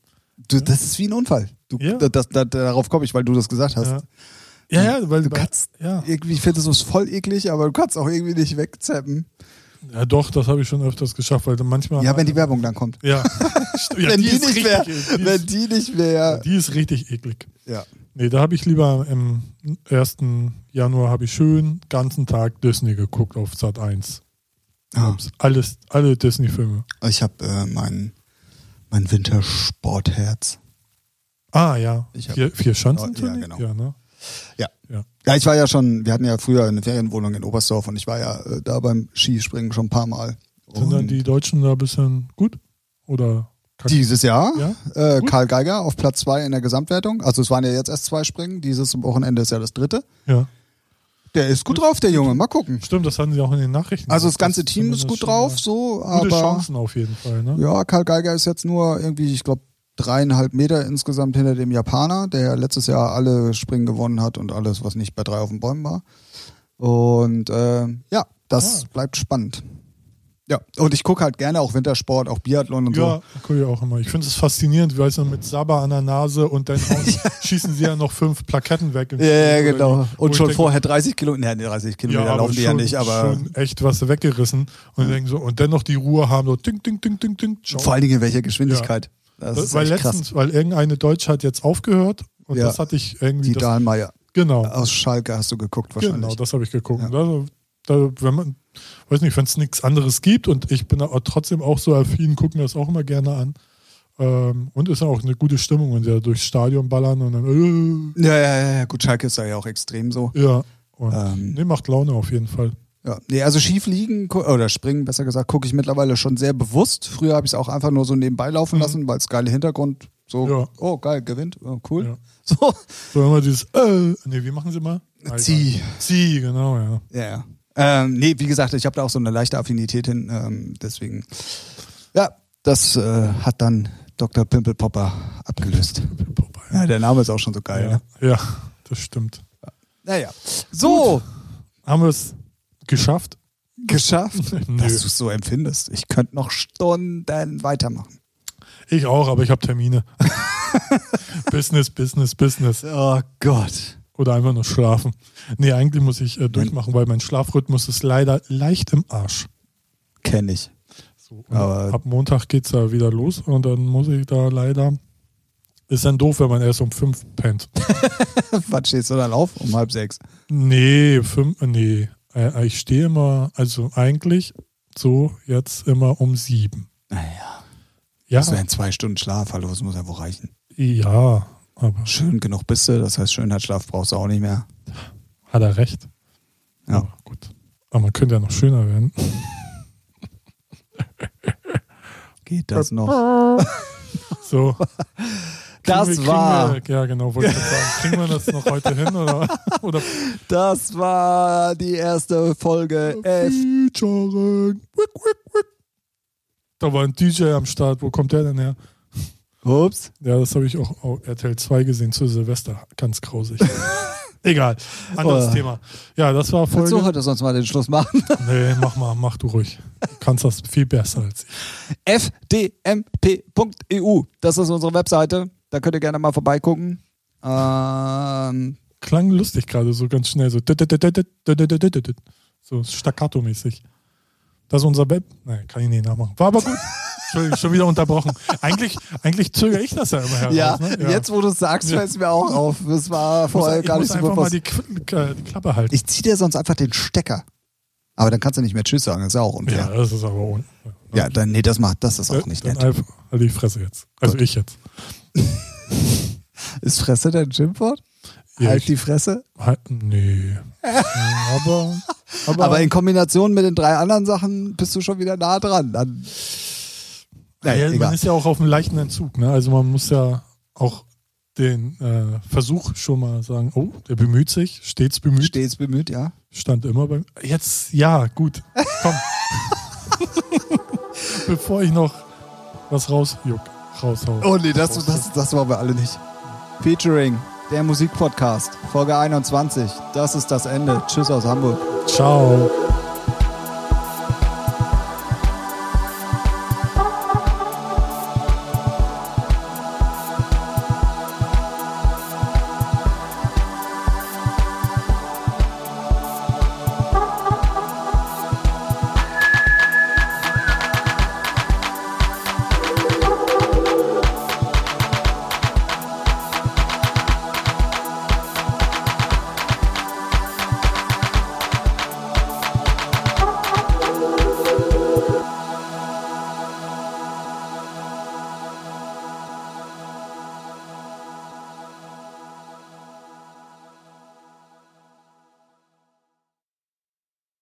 Speaker 1: Du, das ist wie ein Unfall. Du,
Speaker 2: Ja.
Speaker 1: das, das, das, darauf komme ich, weil du das gesagt hast.
Speaker 2: Ja, ja, ja weil
Speaker 1: Du kannst
Speaker 2: ja.
Speaker 1: irgendwie findest du es voll eklig, aber du kannst auch irgendwie nicht wegzappen.
Speaker 2: ja, doch, das habe ich schon öfters geschafft, weil manchmal.
Speaker 1: Ja, wenn die Werbung dann kommt.
Speaker 2: Ja. St- ja,
Speaker 1: wenn die,
Speaker 2: ist
Speaker 1: nicht
Speaker 2: richtig
Speaker 1: wäre,
Speaker 2: eklig. Die
Speaker 1: wenn
Speaker 2: ist,
Speaker 1: die nicht wäre,
Speaker 2: die ist richtig eklig.
Speaker 1: ja.
Speaker 2: Nee, da habe ich lieber im 1. Januar habe ich schön ganzen Tag Disney geguckt auf Sat 1.
Speaker 1: Ah.
Speaker 2: Alles, alle Disney-Filme.
Speaker 1: Ich habe äh, mein, mein Wintersportherz.
Speaker 2: Ah ja.
Speaker 1: Ich hab-
Speaker 2: vier, vier Schanzen.
Speaker 1: Ja, genau.
Speaker 2: Ja, ne?
Speaker 1: Ja.
Speaker 2: Ja.
Speaker 1: Ja, ich war ja schon, wir hatten ja früher eine Ferienwohnung in Oberstdorf und ich war ja äh, da beim Skispringen schon ein paar Mal.
Speaker 2: Sind dann
Speaker 1: Und
Speaker 2: die Deutschen da ein bisschen gut? Oder kack-
Speaker 1: dieses Jahr
Speaker 2: Ja?
Speaker 1: äh,
Speaker 2: Gut.
Speaker 1: Karl Geiger auf Platz zwei in der Gesamtwertung. Also es waren ja jetzt erst zwei Springen, dieses Wochenende ist ja das dritte.
Speaker 2: ja.
Speaker 1: Der ist gut drauf, der Junge. Mal gucken.
Speaker 2: Stimmt, das hatten sie auch in den Nachrichten.
Speaker 1: Also das ganze
Speaker 2: ist
Speaker 1: Team ist
Speaker 2: zumindest
Speaker 1: gut
Speaker 2: schon
Speaker 1: drauf,
Speaker 2: mal
Speaker 1: so,
Speaker 2: ne? Gute
Speaker 1: aber
Speaker 2: Chancen auf jeden Fall, ne?
Speaker 1: Ja, Karl Geiger ist jetzt nur irgendwie, ich glaube, dreieinhalb Meter insgesamt hinter dem Japaner, der letztes Jahr alle Springen gewonnen hat und alles, was nicht bei drei auf den Bäumen war. Und äh, ja, das
Speaker 2: Ah.
Speaker 1: bleibt spannend. Ja, und ich gucke halt gerne auch Wintersport, auch Biathlon und
Speaker 2: Ja, gucke ich auch immer. Ich finde es faszinierend, wie weißt du, mit Sabber an der Nase und dann hauen- schießen sie ja noch fünf Plaketten weg. im
Speaker 1: so. Ja, ja,
Speaker 2: Spiel, oder
Speaker 1: genau.
Speaker 2: wie? Wo
Speaker 1: Und
Speaker 2: ich
Speaker 1: schon
Speaker 2: denke,
Speaker 1: vorher 30 Kilometer, nee, 30 Kilometer
Speaker 2: aber
Speaker 1: laufen die ja
Speaker 2: schon-
Speaker 1: nicht, aber
Speaker 2: schon echt was weggerissen und denken so und dennoch die Ruhe haben so ding ding ding ding ding. ciao.
Speaker 1: vor allen Dingen in welcher Geschwindigkeit. Das ist
Speaker 2: weil
Speaker 1: echt krass.
Speaker 2: letztens, weil irgendeine Deutsche hat jetzt aufgehört und
Speaker 1: Ja.
Speaker 2: das hatte ich irgendwie
Speaker 1: Die
Speaker 2: das,
Speaker 1: Dahlmeier
Speaker 2: genau
Speaker 1: aus Schalke hast du geguckt wahrscheinlich.
Speaker 2: genau das habe ich geguckt. Also, da, wenn man weiß nicht, wenn es nichts anderes gibt und ich bin aber trotzdem auch so affin, gucken das auch immer gerne an. Ähm, und ist auch eine gute Stimmung und ja durchs Stadion ballern und dann
Speaker 1: Ja, ja, ja, ja, gut, Schalke ist da ja auch extrem so.
Speaker 2: äh, ja und
Speaker 1: Ähm.
Speaker 2: nee, macht Laune auf jeden Fall.
Speaker 1: Ja, nee, also schief liegen gu- oder springen, besser gesagt, gucke ich mittlerweile schon sehr bewusst. Früher habe ich es auch einfach nur so nebenbei laufen lassen, weil es geile Hintergrund so,
Speaker 2: Mhm. Ja.
Speaker 1: oh geil, gewinnt, oh, cool.
Speaker 2: Ja.
Speaker 1: So,
Speaker 2: So immer dieses äh, nee, wie machen sie mal?
Speaker 1: Zieh.
Speaker 2: Zieh, genau, ja.
Speaker 1: ja, ja. Ähm, nee, wie gesagt, ich habe da auch so eine leichte Affinität hin, ähm, deswegen. Ja, das äh, hat dann Dr. Pimpelpopper abgelöst. Ja, der Name ist auch schon so geil.
Speaker 2: Ja,
Speaker 1: Ne?
Speaker 2: ja, das stimmt.
Speaker 1: Naja, so
Speaker 2: Haben wir es geschafft?
Speaker 1: geschafft,
Speaker 2: Nö.
Speaker 1: dass du es so empfindest. Ich könnte noch Stunden weitermachen.
Speaker 2: Ich auch, aber ich habe Termine. Business, Business, Business.
Speaker 1: Oh Gott.
Speaker 2: Oder einfach nur schlafen. Nee, eigentlich muss ich äh, durchmachen, weil mein Schlafrhythmus ist leider leicht im Arsch.
Speaker 1: Kenn ich.
Speaker 2: So, und
Speaker 1: Aber-
Speaker 2: ab Montag geht es ja wieder los und dann muss ich da leider. Ist dann doof, wenn man erst um fünf pennt.
Speaker 1: Wann stehst du dann auf? Um halb sechs.
Speaker 2: Nee, fünf, nee. Äh, Ich stehe immer, also eigentlich so jetzt immer um sieben.
Speaker 1: Naja,
Speaker 2: Ja,
Speaker 1: das wären zwei Stunden Schlaf. Hallo, das muss ja wohl reichen.
Speaker 2: ja, aber
Speaker 1: Schön genug bist du, das heißt, Schönheitsschlaf brauchst du auch nicht mehr.
Speaker 2: hat er recht.
Speaker 1: Ja.
Speaker 2: Aber gut. Aber man könnte ja noch schöner werden.
Speaker 1: Geht das noch?
Speaker 2: So.
Speaker 1: Das
Speaker 2: Kriegen wir-
Speaker 1: war-
Speaker 2: Kriegen wir, ja, genau. Wollte ich gerade sagen. Kriegen wir das noch heute hin? Oder, oder
Speaker 1: Das war die erste Folge
Speaker 2: Featuring. Wick, wick, wick. Da war ein DJ am Start. Wo kommt der denn her?
Speaker 1: Ups.
Speaker 2: Ja, das habe ich auch auf RTL 2 gesehen zu Silvester. Ganz grausig. Egal. Anderes
Speaker 1: Oh.
Speaker 2: Thema. Ja, das war
Speaker 1: Kannst du
Speaker 2: Folge.
Speaker 1: heute sonst mal den Schluss machen?
Speaker 2: Nee, mach mal, mach du ruhig. Du kannst das viel besser als ich.
Speaker 1: fdmp.eu. E Das ist unsere Webseite. Da könnt ihr gerne mal vorbeigucken. Ähm,
Speaker 2: Klang lustig gerade so ganz schnell. So, so staccato-mäßig. Das ist unser Web. Nein, kann ich nicht nachmachen. War aber gut. Entschuldigung, schon wieder unterbrochen. Eigentlich, eigentlich zögere ich das ja immer heraus.
Speaker 1: ja,
Speaker 2: ne?
Speaker 1: jetzt wo du es sagst, fällt es mir auch auf. Das war
Speaker 2: Ich muss,
Speaker 1: vorher
Speaker 2: ich
Speaker 1: gar
Speaker 2: muss
Speaker 1: nicht so
Speaker 2: einfach mal
Speaker 1: bewusst.
Speaker 2: die, Qu- die Klappe halten.
Speaker 1: Ich zieh dir sonst einfach den Stecker. Aber dann kannst du nicht mehr Tschüss sagen, das ist ja auch unfair.
Speaker 2: ja, das ist aber un
Speaker 1: Ja, dann, nee, das macht, das ist auch nicht
Speaker 2: Dann
Speaker 1: nett.
Speaker 2: einfach, also ich fresse jetzt. Also ich jetzt.
Speaker 1: Ist Fresse dein Schimpfwort?
Speaker 2: Ja,
Speaker 1: halt
Speaker 2: ich-
Speaker 1: die Fresse.
Speaker 2: Halt- Nee. aber, aber,
Speaker 1: Aber in Kombination mit den drei anderen Sachen bist du schon wieder nah dran. Dann, naja,
Speaker 2: Ja, man
Speaker 1: egal.
Speaker 2: ist ja auch auf einem leichten Entzug, ne? Also man muss ja auch den äh, Versuch schon mal sagen, oh, der bemüht sich, stets bemüht,
Speaker 1: Stets bemüht, ja.
Speaker 2: stand immer beim. Jetzt, ja, gut, komm. Bevor ich noch was rausjuck, raushau.
Speaker 1: Oh nee, das, das, das wollen wir alle nicht. Featuring, der Musikpodcast, Folge 21. Das ist das Ende. Tschüss aus Hamburg.
Speaker 2: Ciao.